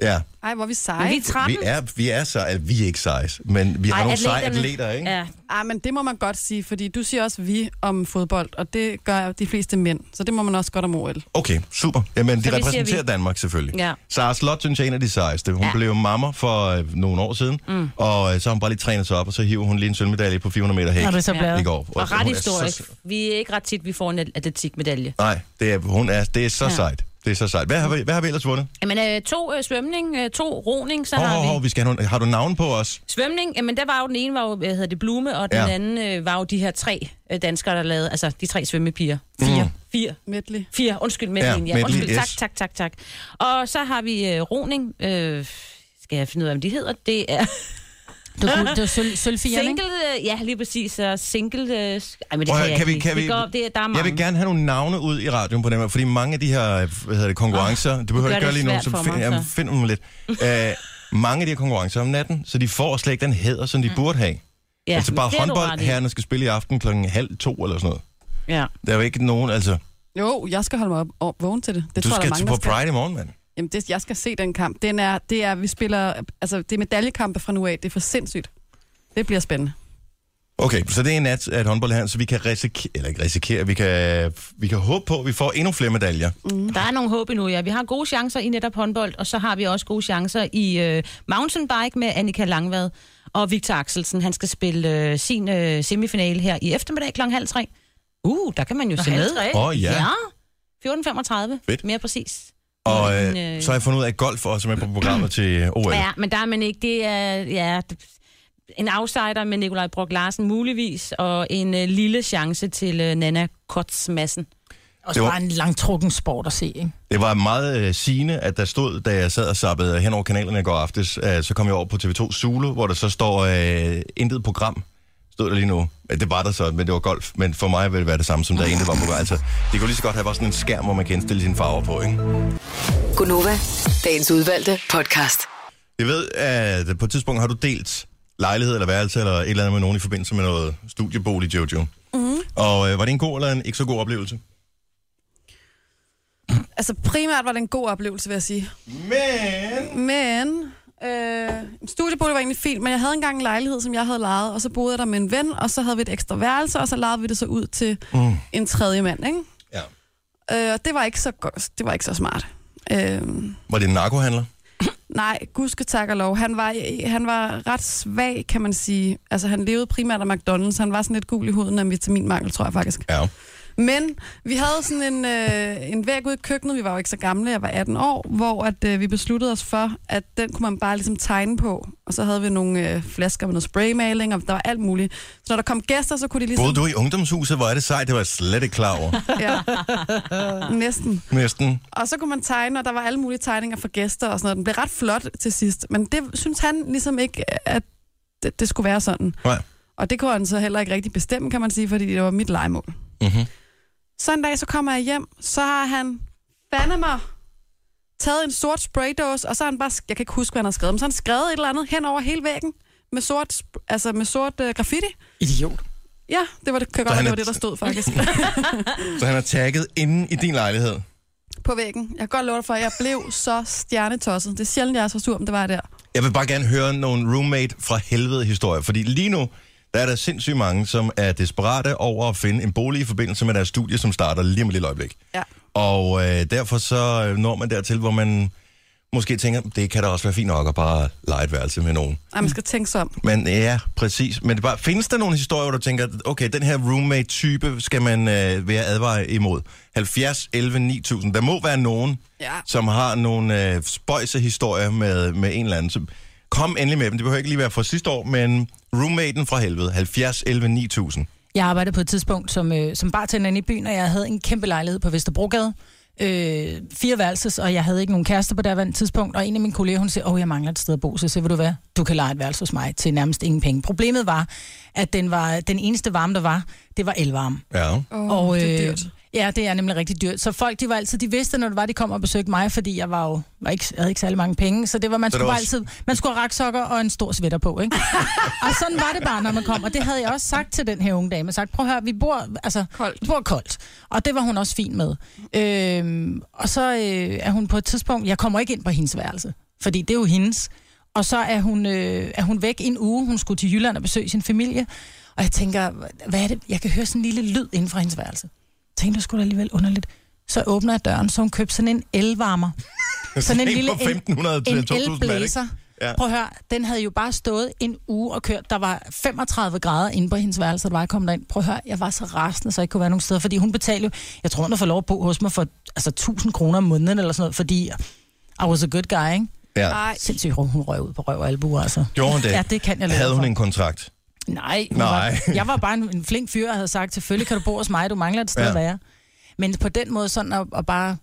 A: Ja,
C: Ej, hvor er vi
D: Men
C: seje.
D: vi er 13.
A: vi er, vi er så, at vi er ikke seje, men vi har Ej,
D: Ej,
A: nogle seje
D: atleterne-
A: atleter, ikke?
D: Ja,
C: Ah, men det må man godt sige, fordi du siger også vi om fodbold, og det gør de fleste mænd, så det må man også godt om OL.
A: Okay, super. Jamen, de
D: siger
A: repræsenterer
D: vi.
A: Danmark selvfølgelig.
D: Ja.
A: Sara Slot synes jeg er en af de sejeste. Hun ja.
D: Ja.
A: blev mamma for øh, nogle år siden, mm. og øh, så har hun bare lige trænet sig op, og så hiver hun lige en sølvmedalje på 400 meter hæk
B: Når det er så
D: Ja.
B: bladet.
A: i går.
D: og ret
A: hun er
D: historisk.
A: Så,
D: Vi er ikke ret tit, vi får en atletikmedalje.
A: nej, det er, hun er, det er så ja.
D: Ja.
A: sejt. Det er så sejt. Hvad har vi, hvad har vi ellers vundet?
D: Jamen, øh, to øh, svømning, øh, to roning, så
A: Hov,
D: har
A: hov,
D: vi...
A: hov, vi skal have nogle, har du navn på os?
D: Svømning, jamen der var jo den ene, var jo, hvad hedder det, Blume, og den
A: Ja.
D: ja. anden øh, var jo de her tre øh, danskere, der lavede, altså de tre svømmepiger. Fire. Mm. Fire.
C: Medley.
D: Fire, undskyld, Madeline. Ja,
A: Madeline,
D: undskyld, tak,
A: yes.
D: tak, tak, tak. Og så har vi øh, roning, øh, skal jeg finde ud af, om de hedder, det er
B: Du, du, du er sølv, sølvfireren, ikke?
D: single, øh, ja, lige præcis, så single, øh, ej, men det
A: Prøv at
D: kan
A: høre,
D: jeg
A: kan vi-
D: ikke.
A: kan
D: det
A: vi-
D: går, det, er- der er mange.
A: Jeg vil gerne have nogle navne ud i radioen på den her, fordi mange af de her øh, hvad hedder det, konkurrencer, oh, det behøver
D: gør
A: jeg ikke gøre
D: det
A: lige nu,
D: svært
A: så,
D: for
A: find,
D: mig,
A: jamen,
D: så.
A: find dem lidt. Æh, mange af de her konkurrencer om natten, så de får slet ikke den hæder, som de mm. burde have. Ja, altså bare
D: det er du ret
A: håndbold,
D: i.
A: herrerne skal spille i aften klokken halv to eller sådan noget.
D: Ja.
A: Der er jo ikke nogen, altså,
C: Jo, jeg skal holde mig op og vågen til det. Det
A: du
C: tror jeg, der
A: skal
C: er mange,
A: på
C: der skal.
A: Pride i morgen, mand.
C: Jamen, det, jeg skal se den kamp. Den er, det er, vi spiller, altså, det er medaljekampe fra nu af. Det er for sindssygt. Det bliver spændende.
A: Okay, så det er en nat at håndbold her, så vi kan risikere, eller ikke risikere, vi kan, vi kan håbe på, at vi får endnu flere medaljer.
D: Der er nogle håb endnu, ja. Vi har gode chancer i netop håndbold, og så har vi også gode chancer i øh, mountainbike med Annika Langvad og Victor Axelsen. Han skal spille øh, sin øh, semifinale her i eftermiddag kl. halv tre. Uh, der kan man jo se med.
A: Åh oh, ja.
D: Ja,
A: ja.
D: 14.35,
A: Fedt.
D: mere præcis.
A: Og
D: Men,
A: øh,
D: øh,
A: så har jeg fundet ud af, at golf også er med på programmet til OL.
D: Ja, men der er man ikke. Det er, ja, det- en outsider med Nikolaj Brock Larsen muligvis, og en øh, lille chance til øh, Nana Kortsmassen.
B: Og
A: Det
B: så
A: var-
B: var en langtrukken sport at se, ikke?
A: Det var meget øh, sigende, at der stod, da jeg sad og zappede hen over kanalerne i går aftes, øh, så kom jeg over på TV2 Zulu, hvor der så står øh, intet program, stod der lige nu. Ja, Det var der så, men det var golf. Men for mig ville det være det samme, som der intet var på Altså, det kunne lige så godt have været sådan en skærm, hvor man kan indstille sine farver på, ikke?
E: Gunova, dagens udvalgte podcast.
A: Jeg ved, at på et tidspunkt har du delt lejlighed eller værelse eller et eller andet med nogen i forbindelse med noget studiebolig, Jojo. Mm.
C: Mm-hmm.
A: Og øh, var det en god eller en ikke så god oplevelse?
C: Altså primært var det en god oplevelse, vil jeg sige.
A: Men...
C: Men øh, studiebolig var egentlig fint, men jeg havde engang en lejlighed, som jeg havde lejet, og så boede jeg der med en ven, og så havde vi et ekstra værelse, og så lejede vi det så ud til
A: Mm.
C: en tredje mand, ikke?
A: Ja.
C: Øh, og det var ikke så godt, det var ikke så smart. Øh,
A: Var det en narkohandler?
C: nej, gudske tak og lov. Han var, han var ret svag, kan man sige. Altså, han levede primært af McDonald's. Han var sådan lidt gul i huden af vitaminmangel, tror jeg faktisk.
A: Ja.
C: Men vi havde sådan en, øh, en væg ude i køkkenet, vi var jo ikke så gamle, jeg var 18 år, hvor at, øh, vi besluttede os for, at den kunne man bare ligesom tegne på. Og så havde vi nogle øh, flasker med noget spraymaling, og der var alt muligt. Så når der kom gæster, så kunne de ligesom...
A: Boede du i ungdomshuset? Hvor er det sejt? Det var jeg slet ikke klar over.
C: Ja, næsten.
A: Næsten.
C: Og så kunne man tegne, og der var alle mulige tegninger for gæster og sådan noget. Den blev ret flot til sidst, men det synes han ligesom ikke, at det, det skulle være sådan.
A: Nej.
C: Og det kunne han så heller ikke rigtig bestemme, kan man sige, fordi det var mit legemål.
A: Mm-hmm.
C: Så en dag, så kommer jeg hjem, så har han fandme mig taget en sort spraydåse, og så har han bare, jeg kan ikke huske, hvad han har skrevet, men så har han skrevet et eller andet hen over hele væggen med sort, sp- altså med sort øh, graffiti.
B: Idiot.
C: Ja, det var det, kan
A: Så
C: jeg godt,
A: han
C: være,
A: er-
C: det var det, der stod faktisk
A: Så han er tagget inde i din lejlighed.
C: på væggen. Jeg kan godt love dig for, at jeg blev så stjernetosset. Det er sjældent, jeg er så sur, om det var der.
A: Jeg vil bare gerne høre nogle roommate fra helvede historier, fordi lige nu, der er der sindssygt mange, som er desperate over at finde en bolig i forbindelse med deres studie, som starter lige om et lille øjeblik.
C: Ja.
A: Og øh, derfor så øh, når man dertil, hvor man måske tænker, det kan da også være fint nok at bare lege et værelse med nogen.
C: Ej, man skal tænke sig om.
A: Men ja, præcis. Men det er bare, findes der nogle historier, hvor du tænker, okay, den her roommate-type skal man øh, være advaret imod? 70, 11, 9000. Der må være nogen,
C: Ja.
A: som har nogle øh, spøjse historier med, med en eller anden. Så kom endelig med dem. Det behøver ikke lige være fra sidste år, men roommaten fra helvede. 70, 11, 9000.
B: Jeg arbejdede på et tidspunkt som, øh, som bartender inde i byen, og jeg havde en kæmpe lejlighed på Vesterbrogade. Øh, fire værelses, og jeg havde ikke nogen kæreste på det tidspunkt, og en af mine kolleger, hun siger, åh, jeg mangler et sted at bo, så siger, ved du hvad, du kan lege et værelse hos mig til nærmest ingen penge. Problemet var, at den, var, den eneste varme, der var, det var elvarme.
A: Ja.
C: Oh,
B: Og,
C: og, det
B: øh,
C: er dyrt.
B: Ja, det er nemlig rigtig dyrt. Så folk, de var altid, de vidste, når det var, de kom og besøgte mig, fordi jeg var jo var ikke, havde ikke særlig mange penge. Så det var, man
A: Så det
B: skulle
A: var
B: bare
A: også-
B: altid, man skulle have raksokker og en stor sweater på, ikke? og sådan var det bare, når man kom. Og det havde jeg også sagt til den her unge dame. Jeg sagde, prøv at høre, vi bor, altså,
C: Koldt.
B: vi bor koldt. Og det var hun også fin med. Øhm, og så øh, er hun på et tidspunkt, jeg kommer ikke ind på hendes værelse, fordi det er jo hendes. Og så er hun, øh, er hun væk en uge. Hun skulle til Jylland og besøge sin familie. Og jeg tænker, hvad er det? Jeg kan høre sådan en lille lyd inden fra hendes værelse. Tænkte, det skulle da alligevel underligt. Så åbner jeg døren, så hun købte sådan en elvarmer. Sådan en lille-
A: på
B: en-
A: 1500
B: En
A: til 2000 watt, ikke?
B: elblæser.
A: Ja.
B: Prøv at høre, den havde jo bare stået en uge og kørt. Der var 35 grader inde på hendes værelse, og der var jeg kommet derind. Prøv at høre, jeg var så rasende, så jeg ikke kunne være nogen steder, fordi hun betalte jo, jeg tror hun har fået lov at bo hos mig for altså, 1000 kroner om måneden eller sådan noget, fordi I was a good guy, ikke?
A: Ja.
C: Ej,
B: Sindssygt, hun røg ud på røv og albuer, altså.
A: Gjorde hun det?
B: Ja, det kan jeg love
A: Havde hun
B: for.
A: en kontrakt?
B: Nej, hun
A: Nej.
B: Var, jeg var bare en, en flink fyr, og havde sagt, selvfølgelig kan du bo hos mig, du mangler et sted
A: Ja.
B: ja. at være. Men på den måde sådan at, at bare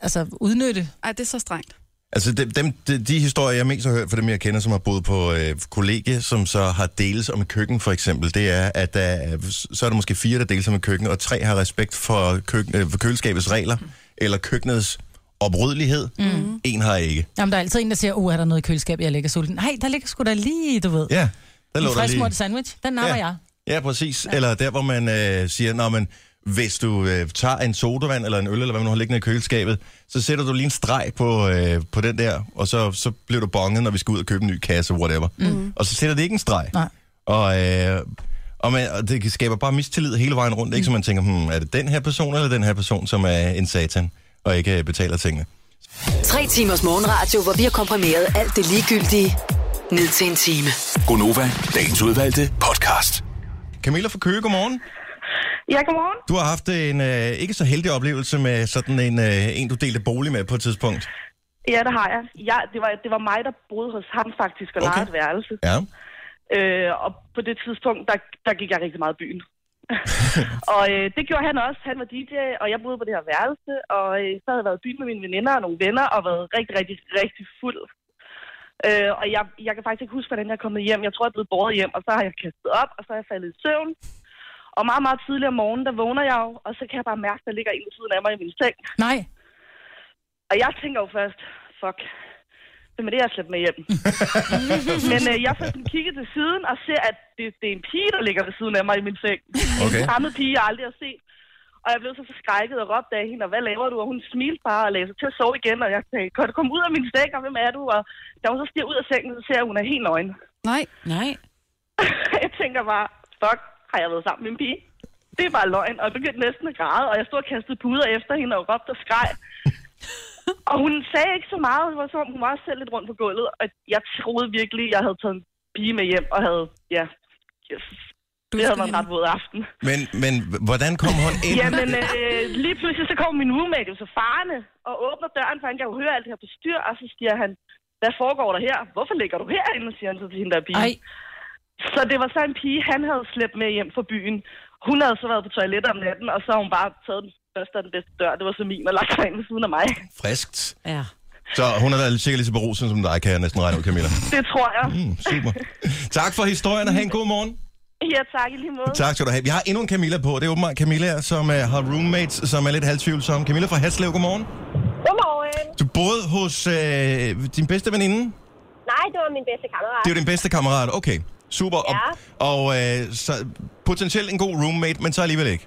B: altså, udnytte.
C: ej, det er så strengt.
A: Altså de, dem, de, de historier, jeg mest har hørt fra dem, jeg kender, som har boet på øh, kollegie, som så har deles om et køkken for eksempel, det er, at der, er- så er der måske fire, der deles om et køkken, og tre har respekt for, køkken, øh, for køleskabets regler, eller køkkenets opryddelighed. Mm. En har ikke.
B: Jamen, der er altid en, der siger, oh, er der noget i køleskabet, jeg ligger sulten? Nej, der ligger sgu da lige, du ved.
A: Ja, der lå
B: en
A: der lige.
B: friskmurt sandwich, den napper
A: Ja.
B: ja. jeg.
A: Ja, præcis. Ja. Eller der, hvor man øh, siger, når man, hvis du øh, tager en sodavand eller en øl, eller hvad man nu har liggende i køleskabet, så sætter du lige en streg på, øh, på den der, og så, så bliver du bonget, når vi skal ud og købe en ny kasse, whatever. Mm. Og så sætter det ikke en streg.
B: Nej.
A: Og, øh, og, man, og det skaber bare mistillid hele vejen rundt, ikke? Så man tænker, hmm, er det den her person, eller den her person, som er en satan, og ikke øh, betaler tingene?
E: Tre timers morgenradio, hvor vi har komprimeret alt det ligegyldige ned til en time.
F: Gonova, dagens udvalgte podcast.
A: Camilla fra Køge, godmorgen.
I: Ja, godmorgen.
A: Du har haft en øh, ikke så heldig oplevelse med sådan en, øh, en, du delte bolig med på et tidspunkt.
I: Ja, det har jeg. Ja, det, var, det var mig, der boede hos ham faktisk og
A: Okay.
I: okay. lejede et værelse.
A: Ja.
I: Øh, og på det tidspunkt, der, der gik jeg rigtig meget i byen. og øh, det gjorde han også. Han var DJ, og jeg boede på det her værelse. Og øh, så havde jeg været i byen med mine veninder og nogle venner, og været rigtig, rigtig, rigtig fuld. Øh, og jeg, jeg kan faktisk ikke huske, hvordan jeg er kommet hjem. Jeg tror, jeg er blevet båret hjem, og så har jeg kastet op, og så er jeg faldet i søvn. Og meget, meget tidligere om morgenen, der vågner jeg jo, og så kan jeg bare mærke, at der ligger en ved siden af mig i min seng.
B: Nej.
I: Og jeg tænker jo først, fuck, hvem er det, jeg har slæbt med hjem? Men øh, jeg får sådan kigget til siden og ser, at det, det er en pige, der ligger ved siden af mig i min seng.
A: Okay.
I: En fremmed pige, jeg aldrig har set. Og jeg blev så forskrækket og råbte af hende, og hvad laver du? Og hun smilte bare og lagde sig til at sove igen, og jeg sagde, kan du komme ud af min seng, og hvem er du? Og da hun så stiger ud af sengen, så ser jeg, at hun er helt nøgen.
C: Nej.
D: Nej.
I: jeg tænker bare, fuck, har jeg været sammen med en pige? Det er bare løgn, og jeg begyndte næsten at græde, og jeg stod og kastede puder efter hende og råbte og skreg. og hun sagde ikke så meget, det var som om hun var også selv lidt rundt på gulvet, og jeg troede virkelig, jeg havde taget en pige med hjem og havde, ja, yes.
C: Du
I: det havde
C: skal
I: været en ret våd aften.
A: Men, men hvordan kom hun ind?
I: Jamen, øh, lige pludselig så kommer min roommate jo så farne og åbner døren, for han kan jo høre alt det her bestyr, og så siger han, hvad foregår der her? Hvorfor ligger du herinde, siger han så til hende der pige.
B: Ej.
I: Så det var så en pige, han havde slæbt med hjem fra byen. Hun havde så været på toilettet om natten, og så har hun bare taget den første og den bedste dør. Det var så min, og lagt sig ind ved siden af mig.
A: Friskt.
D: Ja.
A: Så hun har været sikkert lige så beruset som dig, kan jeg næsten regne ud, Camilla.
I: Det tror jeg.
A: Mm, super. Tak for historien, og have en god morgen.
I: Ja, tak i lige måde.
A: Tak skal du have. Vi har endnu en Camilla på. Det er åbenbart Camilla, som uh, har roommates, som er lidt halvtvivlsomme. Camilla fra Haslev, godmorgen.
I: Godmorgen.
A: Du boede hos øh, din bedste veninde.
I: Nej, det var min bedste kammerat.
A: Det er jo din bedste kammerat. Okay, super. Og, og øh, så potentielt en god roommate, men så alligevel ikke.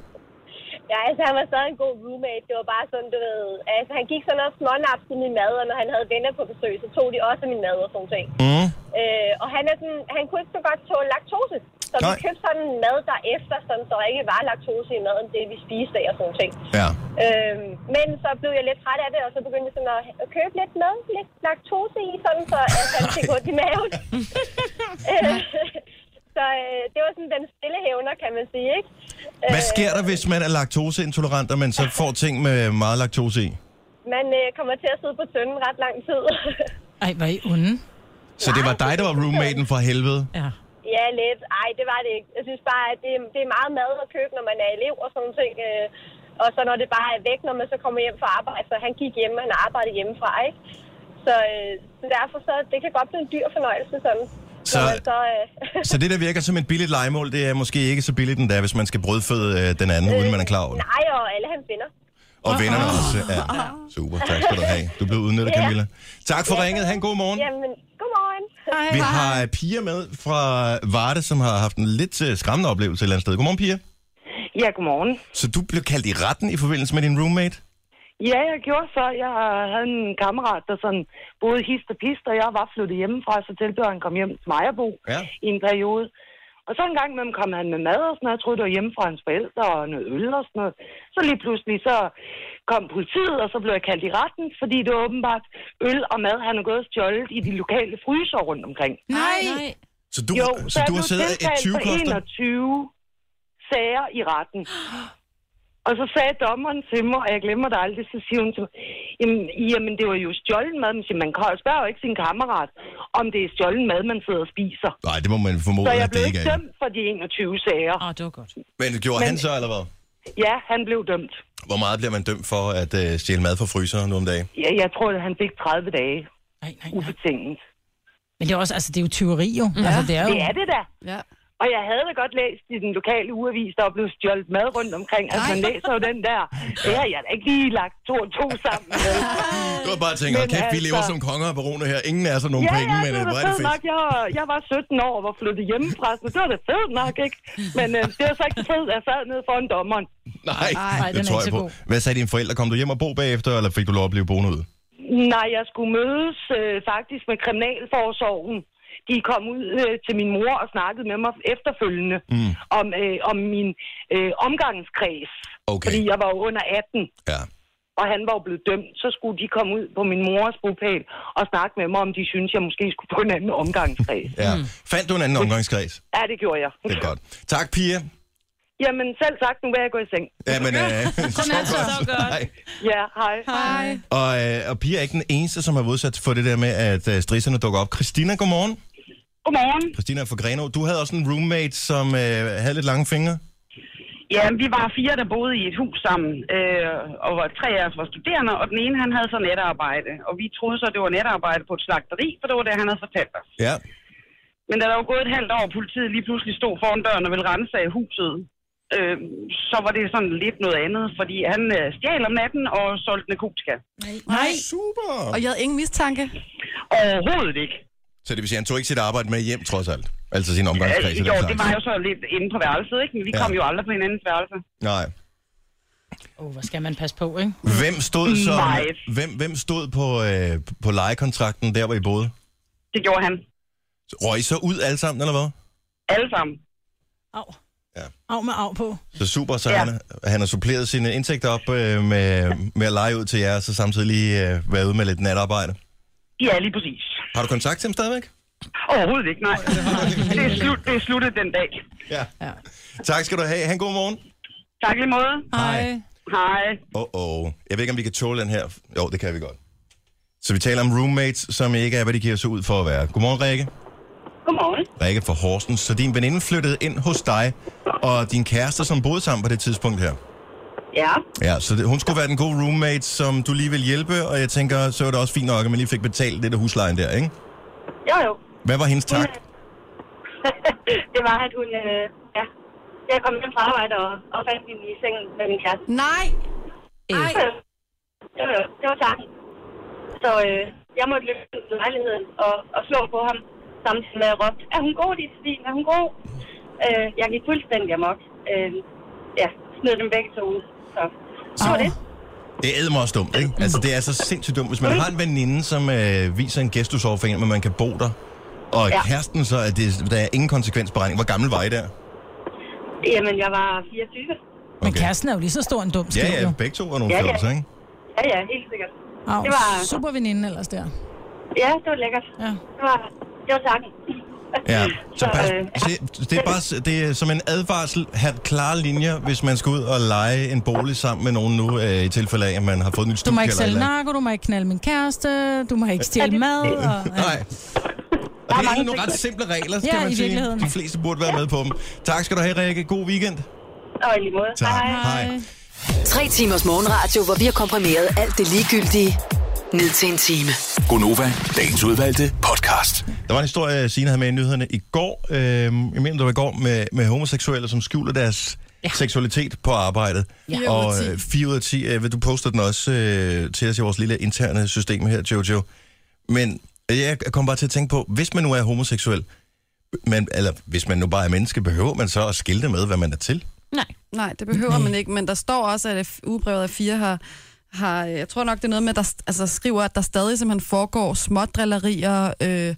I: Ja, altså han var stadig en god roommate. Det var bare sådan, du ved... Altså han gik sådan og smånaps til min mad, og når han havde venner på besøg, så tog de også min mad og sådan ting.
A: Mm.
I: Øh, og han, er sådan, han kunne ikke så godt tåle laktose. Så vi
A: Nej.
I: købte sådan mad derefter, sådan, så der ikke var laktose i maden, det vi spiste af og sådan ting.
A: Ja.
I: Øh, men så blev jeg lidt træt af det, og så begyndte jeg sådan at, at købe lidt mad, lidt laktose i, sådan så at han fik ondt i maven. Øh, så øh, det var sådan den stille hævner, kan man sige, ikke?
A: Hvad
I: Øh,
A: sker der, hvis man er laktoseintolerant, og man så får ting med meget laktose i?
I: Man øh, kommer til at sidde på tønden ret lang tid.
B: Ej, hvor er I onde.
A: Så det var dig, der var roommaten for helvede?
B: Ja.
I: ja, lidt. Ej, det var det ikke. Jeg synes bare, at det, det er meget mad at købe, når man er elev og sådan nogle ting. Øh, og så når det bare er væk, når man så kommer hjem fra arbejde. Så han gik hjem, og han arbejdede hjemmefra, ikke? Så, øh, så derfor så, det kan godt blive en dyr fornøjelse sådan.
A: Så-
I: Når man så øh,
A: Så det, der virker som et billigt legemål, det er måske ikke så billigt endda, hvis man skal brødføde øh, den anden, uden man er klar over det.
I: nej, og alle hans venner.
A: Og vennerne
B: Ah.
A: også. Ja. Super, tak skal du have. Du blev udnyttet, Camilla. Tak for ringet. Ha' en god morgen.
I: Jamen, godmorgen.
C: Hej,
A: Vi
C: hej.
A: har øh, Pia med fra Varde, som har haft en lidt øh, skræmmende oplevelse et eller andet sted. Godmorgen, Pia.
I: Ja, godmorgen.
A: Så du blev kaldt i retten i forbindelse med din roommate?
I: Ja, jeg gjorde så. Jeg havde en kammerat, der sådan boede hist og pist, og jeg var flyttet hjemmefra, så tilbød han kom hjem til mig at bo
A: Ja.
I: i en periode. Og så en gang imellem kom han med mad og sådan noget. Jeg troede, det var hjemme fra hans forældre og noget øl og sådan noget. Så lige pludselig så kom politiet, og så blev jeg kaldt i retten, fordi det var åbenbart øl og mad, han havde gået og stjålet i de lokale fryser rundt omkring.
C: Nej.
A: Så du,
I: Jo,
A: så du
I: jeg
A: har
I: blev
A: siddet i et
I: tiltalt for
A: 20-koster?
I: 21 sager i retten. Og så sagde dommeren til mig, og jeg glemmer det aldrig, så siger hun til mig, jamen, jamen det var jo stjålen mad. Men siger, man kan- spørger jo ikke sin kammerat, om det er stjålen mad, man sidder og spiser.
A: Nej, det må man
I: Så
A: formode,
I: jeg
A: at
I: blev
A: det ikke
I: ikke
A: er.
I: dømt for de 21 sager.
B: Ah,
D: Åh, oh, det var godt.
A: Men gjorde han så, eller hvad?
I: Ja, han blev dømt.
A: Hvor meget bliver man dømt for at øh, stjæle mad fra fryser nu om dagen?
I: Ja, jeg tror, at han fik 30 dage
B: Nej, nej, nej.
I: ubetinget.
B: Men det er også, altså, det er jo tyveri jo. Ja. Altså, det er jo...
I: Det er det da.
C: Ja.
I: Og jeg havde da godt læst i den lokale ugeavis, der er blevet stjålet mad rundt omkring. Altså, man læser jo den der. Det har jeg da ikke lige lagt to og to sammen med.
A: Du har bare tænkt,
I: Men
A: okay, altså... vi
I: altså-
A: lever som konger og baroner her. Ingen er så nogen
I: Ja,
A: penge,
I: ja,
A: men
I: det
A: øh,
I: var
A: hvor
I: da
A: er det
I: fedt
A: fedt.
I: nok. Jeg, var- jeg var 17 år og var flyttet hjemmefra, så det var da fedt nok, ikke? Men øh, det var så ikke fedt, at jeg sad nede foran dommeren.
A: Nej,
B: Ej, den
A: det
B: er
A: tror
B: ikke
A: jeg
B: så
A: på.
B: god.
A: Hvad sagde dine forældre? Kom du hjem og bo bagefter, eller fik du lov at blive boende ud?
I: Nej, jeg skulle mødes øh, faktisk med Kriminalforsorgen. De kom ud øh, til min mor og snakkede med mig efterfølgende mm. om, øh, om min øh, omgangskreds.
A: Okay.
I: Fordi jeg var jo under 18.
A: Ja.
I: og han var jo blevet dømt, så skulle de komme ud på min mors bopæl og snakke med mig, om de synes, jeg måske skulle få en anden omgangskreds.
A: ja. Mm. Fandt du en anden omgangskreds?
I: ja, det gjorde jeg.
A: Det er godt. Tak, Pia.
I: Jamen, selv tak, nu vil jeg gå i seng.
A: Ja, men, øh, så
D: altså, så godt.
A: Nej.
I: Ja, hej.
C: Hej.
A: Og, øh, og Pia er ikke den eneste, som har været udsat for det der med, at øh, strisserne dukker op. Christina, godmorgen.
J: Godmorgen.
A: Christina fra Greno, du havde også en roommate, som øh, havde lidt lange fingre.
J: Ja, vi var fire, der boede i et hus sammen, øh, og var tre af os var studerende, og den ene han havde så netarbejde. Og vi troede så, det var netarbejde på et slagteri, for det var det, han havde fortalt os.
A: Ja.
J: Men da der var gået et halvt år, politiet lige pludselig stod foran døren og ville rense af huset, øh, så var det sådan lidt noget andet, fordi han øh, stjal om natten og solgte narkotika.
B: Nej.
A: Super!
C: Og jeg havde ingen mistanke.
J: Overhovedet ikke.
A: Så det vil sige, han tog ikke sit arbejde med hjem, trods alt? Altså sin
J: Øh,
A: omgangskreds?
J: jo,
A: eller
J: det
A: sådan.
J: var jo så lidt inde på værelset, ikke? Men vi
A: Ja.
J: kom jo aldrig på hinandens værelse.
A: Nej.
B: Åh, oh, hvor skal man passe på, ikke?
A: Hvem stod, som,
J: Nej.
A: hvem, hvem stod på, øh, på lejekontrakten, der hvor I boede?
J: Det gjorde han.
A: Røg I så ud alle sammen, eller hvad?
J: Alle sammen.
B: Au.
A: Ja.
B: Au med au på.
A: Så super, så
J: Ja.
A: ja. han, han har suppleret sine indtægter op øh, med, med at lege ud til jer, og så samtidig lige øh, været ude med lidt natarbejde.
J: Ja, lige præcis.
A: Har du kontakt til ham stadigvæk?
J: Overhovedet ikke, nej. Det er, slut, det er sluttet den dag.
A: Ja. ja. Tak skal du have. Han god morgen.
J: Tak i lige måde.
A: Hej.
J: Hej.
A: Åh, oh, oh. Jeg ved ikke, om vi kan tåle den her. Jo, det kan vi godt. Så vi taler om roommates, som ikke er, hvad de giver sig ud for at være. Godmorgen, Rikke.
J: Godmorgen.
A: Rikke fra Horsens. Så din veninde flyttede ind hos dig, og din kæreste, som boede sammen på det tidspunkt her.
J: Ja.
A: Ja, så det, hun skulle være den gode roommate, som du lige vil hjælpe, og jeg tænker, så var det også fint nok, at man lige fik betalt det der huslejen der, ikke?
J: Jo, jo.
A: Hvad var hendes tak?
J: det var, at hun... Øh, ja. Jeg kom hjem fra arbejde og, og fandt hende i sengen med min kæreste.
C: Nej. Nej.
J: Jo, jo. Det var tak. Så øh, jeg måtte løbe ind til lejligheden og, og slå på ham, samtidig med at råbe, er hun god, dit svin? Er hun god? Øh, jeg gik fuldstændig amok. Øh, ja, smed dem begge to ud. Så det var det.
A: Det er mig også dumt, ikke? Altså, det er så sindssygt dumt. Hvis man har en veninde, som øh, viser en gestus over for en, men man kan bo der, og ja.
J: Ja.
A: kæresten så, at det, der er ingen konsekvensberegning. Hvor gammel var I der?
J: Jamen, jeg var 24.
B: Okay. Men kæresten er jo lige så stor en dum skid,
A: Ja, ja,
B: jo.
A: begge to var nogle
J: Ja,
A: ja,
J: ja.
A: fjolser, ikke?
J: Ja, ja, helt sikkert.
B: Au,
J: Det var-
B: super veninde ellers der.
J: Ja, det var lækkert.
B: Ja.
J: Det var, det var takken.
A: Ja, så pas,
J: øh,
A: det, det er bare s- det er som en advarsel, have klare linjer, hvis man skal ud og lege en bolig sammen med nogen nu, øh, i tilfælde af, at man har fået en ny
B: Du
A: studie
B: må ikke
A: eller et
B: sælge
A: eller andet.
B: narko, du må ikke knalde min kæreste, du må ikke stjæle mad. Og, ja.
A: Nej. Og det er egentlig nogle ret simple regler, skal
B: Ja,
A: man
B: i
A: sige.
B: virkeligheden.
A: De fleste burde være med på dem. Tak skal du have, Rikke. God weekend.
J: Og i lige måde.
A: Tak. Hej.
E: Tre timers morgenradio, hvor vi har komprimeret alt det ligegyldige ned til en time.
F: Gonova, dagens udvalgte podcast.
A: Der var en historie, Signe havde med i nyhederne i går, øh, jeg mener, det var i går, med, med homoseksuelle, som skjuler deres ja. seksualitet på arbejdet.
C: Fire ud af
A: Og
C: ti.
A: øh, 4 ud af 10, øh, vil du poster den også øh, til os i vores lille interne system her, Jojo. Men øh, jeg kom bare til at tænke på, hvis man nu er homoseksuel, men, eller hvis man nu bare er menneske, behøver man så at skilte med, hvad man er til?
D: Nej.
C: Nej, det behøver
A: Mm.
C: man ikke, men der står også, at F- ugebrevet af fire har, har, øh, jeg tror nok, det er noget med, at der st- altså, skriver, at der stadig simpelthen foregår smådrillerier, øh,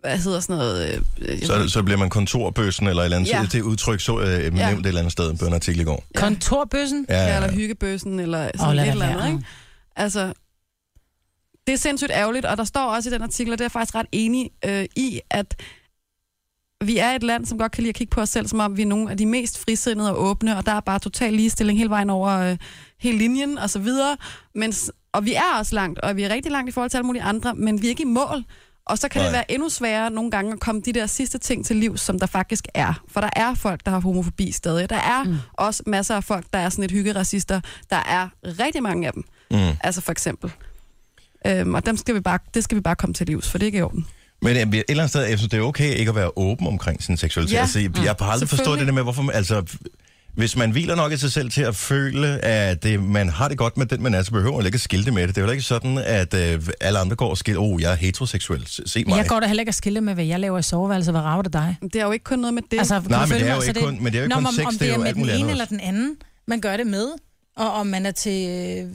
C: hvad hedder sådan noget? Øh, øh,
A: Så, så bliver man kontorbøssen eller et eller andet. Ja.
C: Ja.
A: Det udtryk så øh,
C: Ja.
A: nævnt et eller andet sted på en artikel i går.
B: Kontorbøssen?
A: Ja,
C: ja,
A: ja,
C: eller hyggebøssen, eller sådan
B: Åh,
C: oh,
B: lad
C: et
B: da
C: eller andet,
B: være.
C: ikke? Altså, det er sindssygt ærgerligt, og der står også i den artikel, og det er jeg faktisk ret enig øh, i, at vi er et land, som godt kan lide at kigge på os selv, som om vi er nogle af de mest frisindede og åbne, og der er bare total ligestilling hele vejen over øh, hele linjen og så videre. Men, s- og vi er også langt, og vi er rigtig langt i forhold til alle mulige andre, men vi er ikke i mål. Og så kan
A: Nej.
C: det være endnu sværere nogle gange at komme de der sidste ting til liv, som der faktisk er. For der er folk, der har homofobi stadig. Der er mm. også masser af folk, der er sådan et hyggeracister. Der er rigtig mange af dem. Mm. Altså for eksempel. Øhm, og dem skal vi bare, det skal vi bare komme til livs, for det er ikke i orden.
A: Men øh, et eller andet sted, jeg synes, det er okay ikke at være åben omkring sin seksualitet. Ja.
C: Ja,
A: Altså, jeg jeg har aldrig forstået det der med, hvorfor man, altså, hvis man hviler nok i sig selv til at føle, at det, man har det godt med den, man er, så behøver man ikke at skilte med det. Det er jo ikke sådan, at øh, alle andre går og skilter, oh, jeg er heteroseksuel, se se mig.
B: Jeg går da heller ikke at skille med, hvad jeg laver i soveværelset, hvad rager det dig?
C: Men Det er jo ikke kun noget med det.
B: Altså, kan
A: Nej, men
B: du følge
A: det er
B: mig?
A: jo
B: Så
A: ikke kun- men det er jo ikke
B: Nå,
A: kun
B: om-
A: sex,
B: om
A: det
B: det
A: er
B: er
A: jo
B: med
A: alt
B: den
A: muligt
B: ene
A: andet
B: eller
A: også.
B: den anden, man gør det med, og om man er til øh,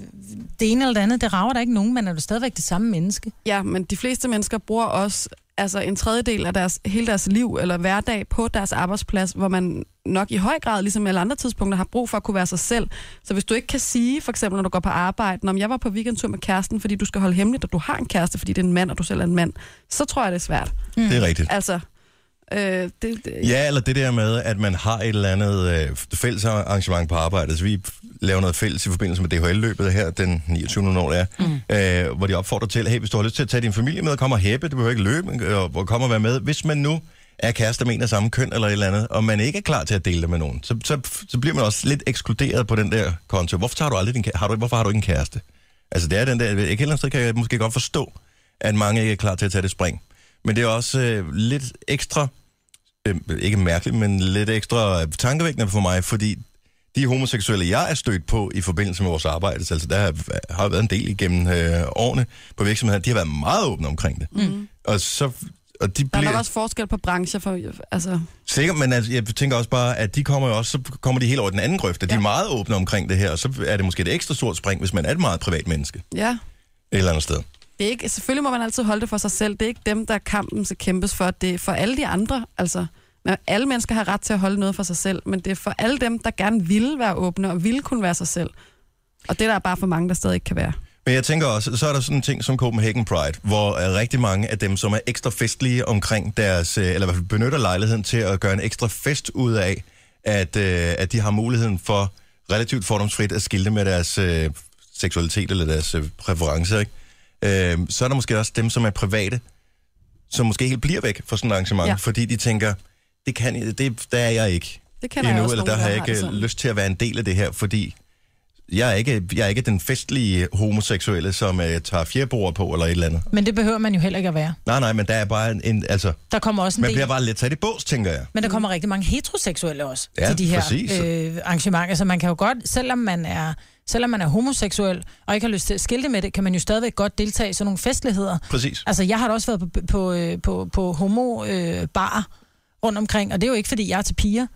B: det ene eller det andet, det rager der ikke nogen, man er jo stadigvæk det samme menneske.
C: Ja, men de fleste mennesker bruger også altså en tredjedel af deres, hele deres liv eller hverdag på deres arbejdsplads, hvor man nok i høj grad, ligesom alle andre tidspunkter, har brug for at kunne være sig selv. Så hvis du ikke kan sige, for eksempel når du går på arbejde, om jeg var på weekendtur med kæresten, fordi du skal holde hemmeligt, og du har en kæreste, fordi det er en mand, og du selv er en mand, så tror jeg, det er svært.
B: Mm.
A: Det er rigtigt.
C: Altså, øh, det, det,
A: Ja, eller det der med, at man har et eller andet øh, fælles arrangement på arbejdet. Så vi laver noget fælles i forbindelse med DHL-løbet her den 29. når det er, mm. øh, hvor de opfordrer til, hey, hvis du har lyst til at tage din familie med, kom og hæppe, du behøver ikke løbe, øh, og kom og være med. Hvis man nu er kærester med en af samme køn eller et eller andet, og man ikke er klar til at dele det med nogen, så, så, så bliver man også lidt ekskluderet på den der konto. Hvorfor, tager du aldrig din, kæ- har du, hvorfor har du ikke en kæreste? Altså det er den der, jeg kan et eller andet sted kan jeg måske godt forstå, at mange ikke er klar til at tage det spring. Men det er også øh, lidt ekstra, øh, ikke mærkeligt, men lidt ekstra øh, tankevækkende for mig, fordi de homoseksuelle, jeg er stødt på i forbindelse med vores arbejde, så altså der har- har været en del igennem øh, årene på virksomheder, de har været meget åbne omkring det.
C: Mm.
A: Og så og de
C: Der er
A: bliver...
C: nok også forskel på brancher. For, altså,
A: Sikkert, men altså, jeg tænker også bare, at de kommer jo også, så kommer de helt over i den anden grøft, at ja. de er meget åbne omkring det her, og så er det måske et ekstra stort spring, hvis man er et meget privat menneske
C: ja.
A: et eller andet sted.
C: Det er ikke, selvfølgelig må man altid holde det for sig selv. Det er ikke dem, der kampen skal kæmpes for. Det er for alle de andre. Altså, Men alle mennesker har ret til at holde noget for sig selv, men det er for alle dem, der gerne vil være åbne og vil kunne være sig selv. Og det er der bare for mange, der stadig ikke kan være.
A: Men jeg tænker også, så er der sådan en ting som Copenhagen Pride, hvor øh, rigtig mange af dem, som er ekstra festlige omkring deres, øh, eller i hvert fald benytter lejligheden til at gøre en ekstra fest ud af, at, øh, at de har muligheden for relativt fordomsfrit at skille med deres øh, seksualitet eller deres øh, præferencer, ikke? Øh, så er der måske også dem, som er private, som måske helt bliver væk fra sådan et arrangement, ja.
C: Ja.
A: fordi de tænker, det kan jeg, det, der er jeg ikke
C: Det kender jeg også
A: eller
C: nogen,
A: der har
C: der
A: jeg
C: har det
A: ikke
C: sådan.
A: lyst til at være en del af det her, fordi jeg er ikke, jeg er ikke den festlige homoseksuelle, som øh, tager fjerbord på eller et eller andet.
B: Men det behøver man jo heller ikke at være.
A: Nej, nej, men der er bare en, en altså,
B: Der kommer også en
A: man
B: del...
A: bliver bare lidt sat i bås, tænker jeg.
B: Men der kommer rigtig mange heteroseksuelle også
A: Ja,
B: ja, til de her
A: præcis.
B: øh, arrangementer. Så man kan jo godt, selvom man er selvom man er homoseksuel og ikke har lyst til at skille det med det, kan man jo stadigvæk godt deltage i sådan nogle festligheder.
A: Præcis.
B: Altså, jeg har da også været på, på, øh, på, på homo-bar øh, barer rundt omkring, og det er jo ikke, fordi jeg er til piger.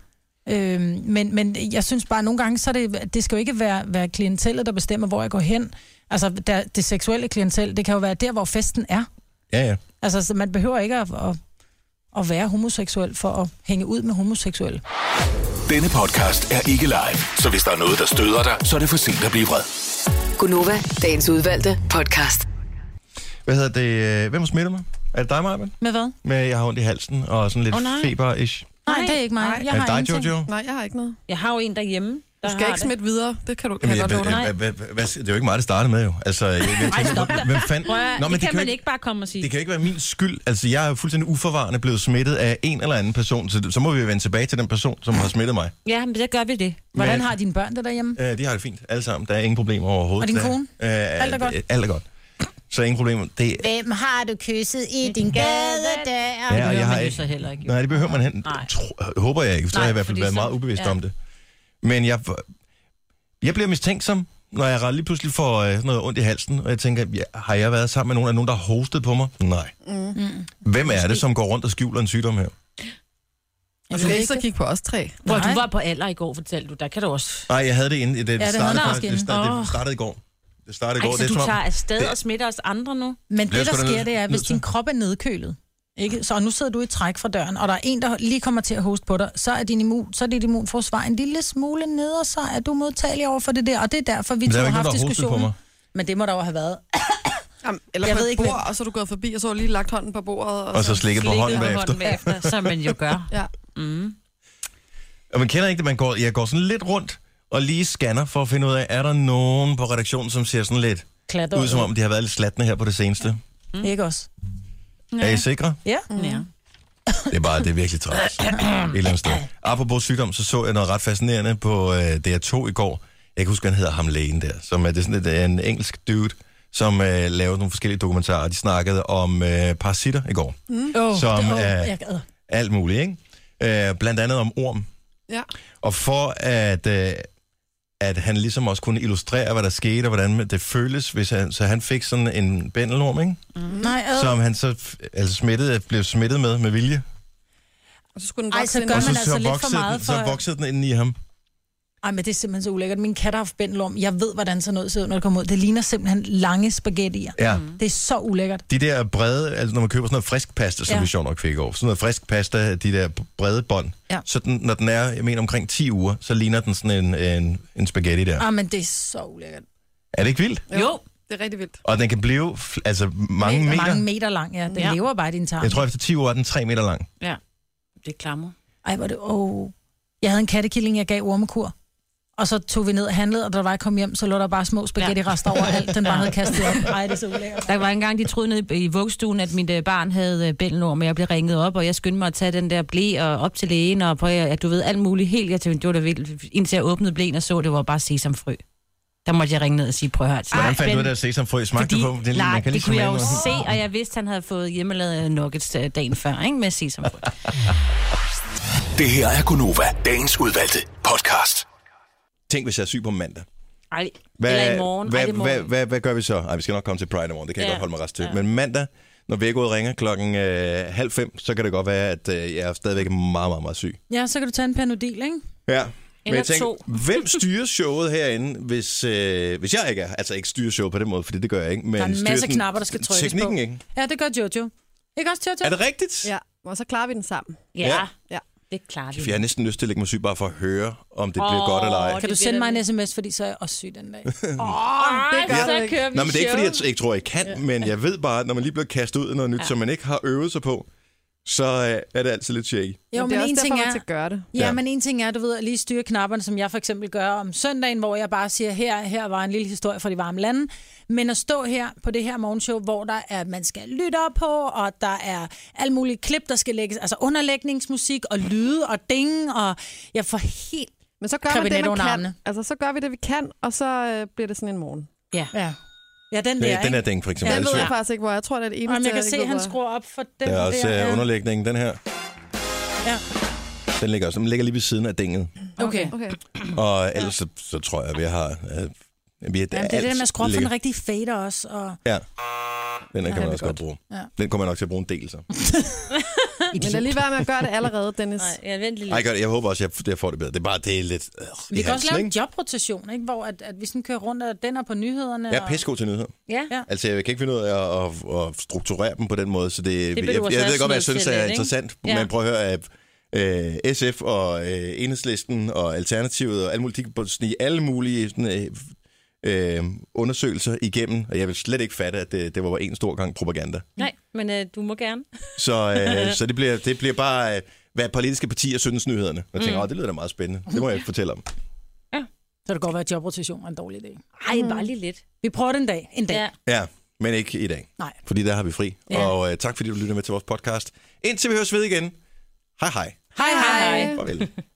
B: Øh, men, men jeg synes bare, at nogle gange, så er det, det skal jo ikke være, være klientellet, der bestemmer, hvor jeg går hen. Altså, der, det seksuelle klientel, det kan jo være der, hvor festen er.
A: Ja, ja.
B: Altså, så man behøver ikke at, at, at være homoseksuel for at hænge ud med homoseksuelle.
F: Denne podcast er ikke live, så hvis der er noget, der støder dig, så er det for sent at blive vred.
E: Gunova, dagens udvalgte podcast.
A: Hvad hedder det? øh, Hvem har smittet mig? Er det dig, Marvin?
B: Med hvad?
A: Med, jeg har ondt i halsen og sådan lidt
D: Åh,
A: oh,
D: nej.
A: feber-ish.
B: Nej, det er ikke mig.
A: Jeg Er det har dig, ingenting. Jojo?
C: Nej, jeg har ikke noget.
D: Jeg har jo en derhjemme.
C: Du
D: der
C: skal
D: har
C: ikke
D: det.
C: smitte videre. Det kan du kan
A: Jamen,
C: jeg
A: jeg,
C: godt love dig.
A: hvad, hvad, hvad, det er jo ikke mig, der startede med jo. Altså, jeg, jeg, jeg,
D: Ej, stop dig.
A: hvem fanden?
D: Prøv at, Nå, men det,
A: det
D: kan
A: jo
D: man ikke bare komme og sige.
A: Det kan jo ikke være min skyld. Altså, jeg er jo fuldstændig uforvarende blevet smittet af en eller anden person, så, så må vi jo vende tilbage til den person, som har smittet mig.
D: Ja, men så gør vi det.
B: Hvordan
A: Men-
B: har dine børn det derhjemme?
A: Øh, de har det fint, alle sammen. Der er ingen problemer overhovedet.
B: Og din
A: Der-
B: kone?
A: Øh,
B: Alt er godt?
A: øh, Alt er godt. Så ingen problemer. Det,
B: Hvem har du kysset i din gadedør?
A: og
D: Ja,
A: jeg
D: jeg
A: har
D: har
A: ikke-
D: ikke. heller ikke. jo.
A: nej, det behøver man hen.
D: Nej.
A: Tro, håber jeg ikke, for så
D: Nej,
A: har jeg i hvert fald
D: fordi
A: været
D: så-
A: meget ubevidst
D: ja.
A: om det. Men jeg, jeg bliver mistænksom, når jeg lige pludselig får øh, sådan noget ondt i halsen, og jeg tænker, ja, har jeg været sammen med nogen? Er der nogen, der har hostet på mig? Nej. Mm. Hvem er det, som går rundt og skjuler en sygdom her?
C: Og du kan ikke så kigge på os tre.
D: Hvor du
B: Nej.
D: var på alder i går, fortalte du, der kan du også...
A: Nej, jeg havde det inden. Det, det,
B: det havde
A: startede,
B: du
A: faktisk- det,
B: også
A: startede,
D: inden.
A: det
D: Åh.
A: startede i går. Det startede i
D: Ej,
A: går.
D: så
A: det er
D: du
A: som om-
D: tager afsted
A: det-
D: og smitter os andre nu?
B: Men
A: Bliver
B: det, der
A: sgu da
B: sker,
A: nødt-
B: det er, hvis
A: nødt til.
B: din krop er nedkølet, ikke? så og nu sidder du i træk fra døren, og der er en, der lige kommer til at hoste på dig, så er, din immun, så er dit immunforsvar en lille smule nede, og så er du modtagelig over for det der, og det er derfor, vi
A: Men
B: to
A: der er jo
B: har
A: ikke nogen,
B: haft
A: der har hostet på
B: diskussionen.
A: mig.
B: Men det må der jo have været.
C: Jamen, eller
B: Jeg
C: jeg på
B: ved
C: et
B: ikke,
C: ikke, bord, og så er du gået forbi, og så har du lige lagt hånden på bordet.
A: Og så slikket på hånden bagefter.
D: bagefter, som man jo gør.
C: Ja.
D: Mm.
A: Og man kender ikke det, man går, jeg går sådan lidt rundt og lige scanner for at finde ud af, er der nogen på redaktionen, som ser sådan lidt
B: Klatter
A: ud, som om de har været lidt slatne her på det seneste.
B: Ikke også?
A: Ja. Er I sikre?
B: Ja.
D: Ja.
A: Det er bare, det er virkelig træls. Et eller andet sted. Apropos sygdom, så så jeg noget ret fascinerende på øh, DR2 i går. Jeg kan huske, han hedder ham lægen der, som er, det er sådan, det er en engelsk dude, som øh, lavede nogle forskellige dokumentarer. De snakkede om øh, parasitter i går.
B: Oh,
A: Som
B: det,
A: er-
B: jeg gad.
A: Alt muligt, ikke? Øh, blandt andet om orm.
C: Ja.
A: Og for at, øh, at han ligesom også kunne illustrere, hvad der skete, og hvordan det føles, hvis han, så han fik sådan en bændelorm, ikke?
B: Mm. Nej, ad.
A: som han så f- altså smittet, blev smittet med med vilje.
C: Og så skulle den
B: Ej,
C: vokse
B: så
C: ind.
B: gør
A: og
B: man
A: så,
B: altså lidt for
A: voksede
B: meget
A: den,
B: for-
A: så voksede den inde i ham.
B: Ej, men det er simpelthen så ulækkert. Min kat har haft bændelorm. Jeg ved, hvordan sådan noget ser ud, når det kommer ud. Det ligner simpelthen lange spaghettier.
A: Ja.
B: Det er så ulækkert.
A: De der brede, altså når man køber sådan noget frisk pasta, som ja.
B: Ja.
A: vi sjovt nok fik i går, sådan noget frisk pasta, de der brede bånd,
B: Ja.
A: så den, når den er, jeg mener omkring 10 uger, så ligner den sådan en, en, en spaghetti der.
B: Ja. Ah, men det er så ulækkert.
A: Er det ikke vildt?
D: Jo.
C: Det er rigtig vildt.
A: Og den kan blive fl- altså mange
B: Meter.
A: meter.
B: Mange meter lang, ja. Den
D: Ja.
B: ja. lever bare i din tarm.
A: Jeg tror, efter 10 år er den 3 meter lang.
D: Ja. Det klammer.
B: Ej, hvor er det... Oh. Jeg havde en kattekilling, jeg gav ormekur. Og så tog vi ned og handlede, og da jeg kom hjem, så lå der bare små spaghetti-rester ja. overalt. Den bare havde kastet op. Ej, det er så ulækkert.
D: Der var engang, de troede nede i i vuggestuen, at mit øh, barn havde øh, bælgenorm, og jeg blev ringet op, og jeg skyndte mig at tage den der blæ og op til lægen, og prøve, at du ved, alt muligt helt. Jeg tænkte, det var da vildt, indtil jeg åbnede blæen og så, det var bare sesamfrø. Der måtte jeg ringe ned og sige, prøv at høre. altså,
A: Hvordan fandt du ud af, at sesamfrø smagte du på?
D: Det, nej,
A: man kan ligesom
D: det
A: lige
D: kunne jeg jo
A: smage noget.
D: se, og jeg vidste, han havde fået hjemmelavet nuggets øh, dagen før, ikke? Med sesamfrø.
F: Det her er Gunova, dagens udvalgte podcast.
A: Tænk, hvis jeg er syg på mandag.
D: Ej, eller i morgen.
A: Hvad,
D: Ej, det er
A: Hvad,
D: morgen.
A: hvad, hvad gør vi så? Ej, vi skal nok komme til Pride i morgen, det kan ja. jeg
D: Ja.
A: godt holde mig rest til. Ja. Men mandag, når vækkeuret ringer klokken øh, halv fem, så kan det godt være, at øh, jeg er stadigvæk meget, meget, meget syg.
B: Ja, så kan du tage en panodil, ikke?
A: Ja. Men
B: Eller
A: jeg tænker,
B: to.
A: hvem styrer showet herinde, hvis, øh, hvis jeg ikke er? Altså ikke styrer showet på den måde, for det gør jeg ikke. Men
B: Der er en
A: styrer
B: masse
A: sådan
B: knapper, der skal trykkes
A: teknikken,
B: på.
A: ikke?
B: Ja, det gør Jojo. Ikke også Jojo?
A: Er det rigtigt?
C: Ja, og så klarer vi den sammen.
A: Ja.
C: ja.
D: Det klarer
A: For jeg har næsten lyst til at lægge mig syg, bare for at høre, om det bliver
B: Åh,
A: godt eller ej.
B: Kan du sende mig en sms, fordi så er jeg også syg den dag.
C: det gør
A: så
C: du ikke.
H: kører
A: Nå, men det er ikke, fordi jeg, t- ikke tror, jeg kan, ja. men jeg ved bare, at når man lige bliver kastet ud af noget nyt, ja. som man ikke har øvet sig på, så øh, er det altid lidt shaky.
B: Jo,
C: Men
B: men
C: det er
B: en
C: også
B: ting
C: derfor, man
B: er...
C: skal gøre det.
B: Ja,
A: Ja.
B: men en ting er, du ved, at lige styre knapperne, som jeg for eksempel gør om søndagen, hvor jeg bare siger, her, her var en lille historie fra de varme lande. Men at stå her på det her morgenshow, hvor der er, at man skal lytte op på, og der er alle mulige klip, der skal lægges, altså underlægningsmusik og lyde og ding, og jeg får helt...
C: Men så gør
B: Krebinet
C: man det, man
B: under
C: kan.
B: armene.
C: Altså, så gør vi det, vi kan, og så øh, bliver det sådan en morgen.
D: Ja.
B: Ja, ja den der,
A: Ja, den
B: ikke?
A: er ding, for eksempel.
C: Ja, den
A: Ellers
C: ved jeg
A: vil-
C: faktisk ikke, hvor jeg tror, det er det eneste.
B: Jamen, jeg kan
C: ikke
B: se,
C: ved,
B: at han
C: hvor-
B: skruer op for den
A: Der er også
B: der.
A: øh,
B: ja.
A: underlægningen, den her.
B: Ja.
A: Den ligger, også, den ligger lige ved siden af dinget.
B: Okay.
C: Okay.
A: Og ellers så, så tror jeg, at jeg har... Øh, vi er,
B: Jamen, det er det der med at skrue op for
A: ligger-
B: den rigtige fader også. Og...
A: Ja. Den her kan
C: det
A: man
C: er
A: også godt bruge.
B: Ja.
A: Den kommer jeg nok til at bruge en del, så.
C: Men lad lige være med at gøre det allerede, Dennis.
D: Nej, jeg venter lige.
A: Ej, gør det. Jeg håber også, at jeg, jeg får det bedre. Det er bare, det er lidt... Øh, i
B: Vi kan også
A: halsen,
B: lave en
A: ikke?
B: jobrotation, ikke? hvor at, at vi sådan kører rundt, og den er på nyhederne.
A: Jeg er
B: og-
A: pissegod til nyheder.
D: Ja.
B: Ja.
A: Altså, jeg kan ikke finde ud af at, at, at strukturere dem på den måde, så det...
D: behøver
A: jeg, jeg,
D: så
A: jeg ved
D: at
A: godt, hvad jeg
D: smide
A: synes
D: til
A: er
D: lidt, ikke?
A: interessant,
D: Ja.
A: men prøv at høre, at øh, SF og øh, Enhedslisten og Alternativet og alle mulige, de kan snige alle mulige sådan, øh, øh, undersøgelser igennem, og jeg vil slet ikke fatte, at øh, det, det var en stor gang propaganda.
D: Nej, men øh, du må gerne.
A: Så, øh, så det, bliver, det bliver bare, øh, hvad politiske partier synes nyhederne. Og jeg tænker, mm. åh, det lyder da meget spændende. Det må jeg fortælle om.
B: Så det kan godt være, at jobrotation er en dårlig idé.
D: Ej, bare lige lidt.
B: Vi prøver det en dag. En dag.
D: Ja.
A: Ja, men ikke i dag.
B: Nej.
A: Fordi der har vi fri. Ja.
D: Ja.
A: Og øh, tak fordi du lytter med til vores podcast. Indtil vi høres ved igen. Hej hej.
B: Hej hej.
A: Farvel.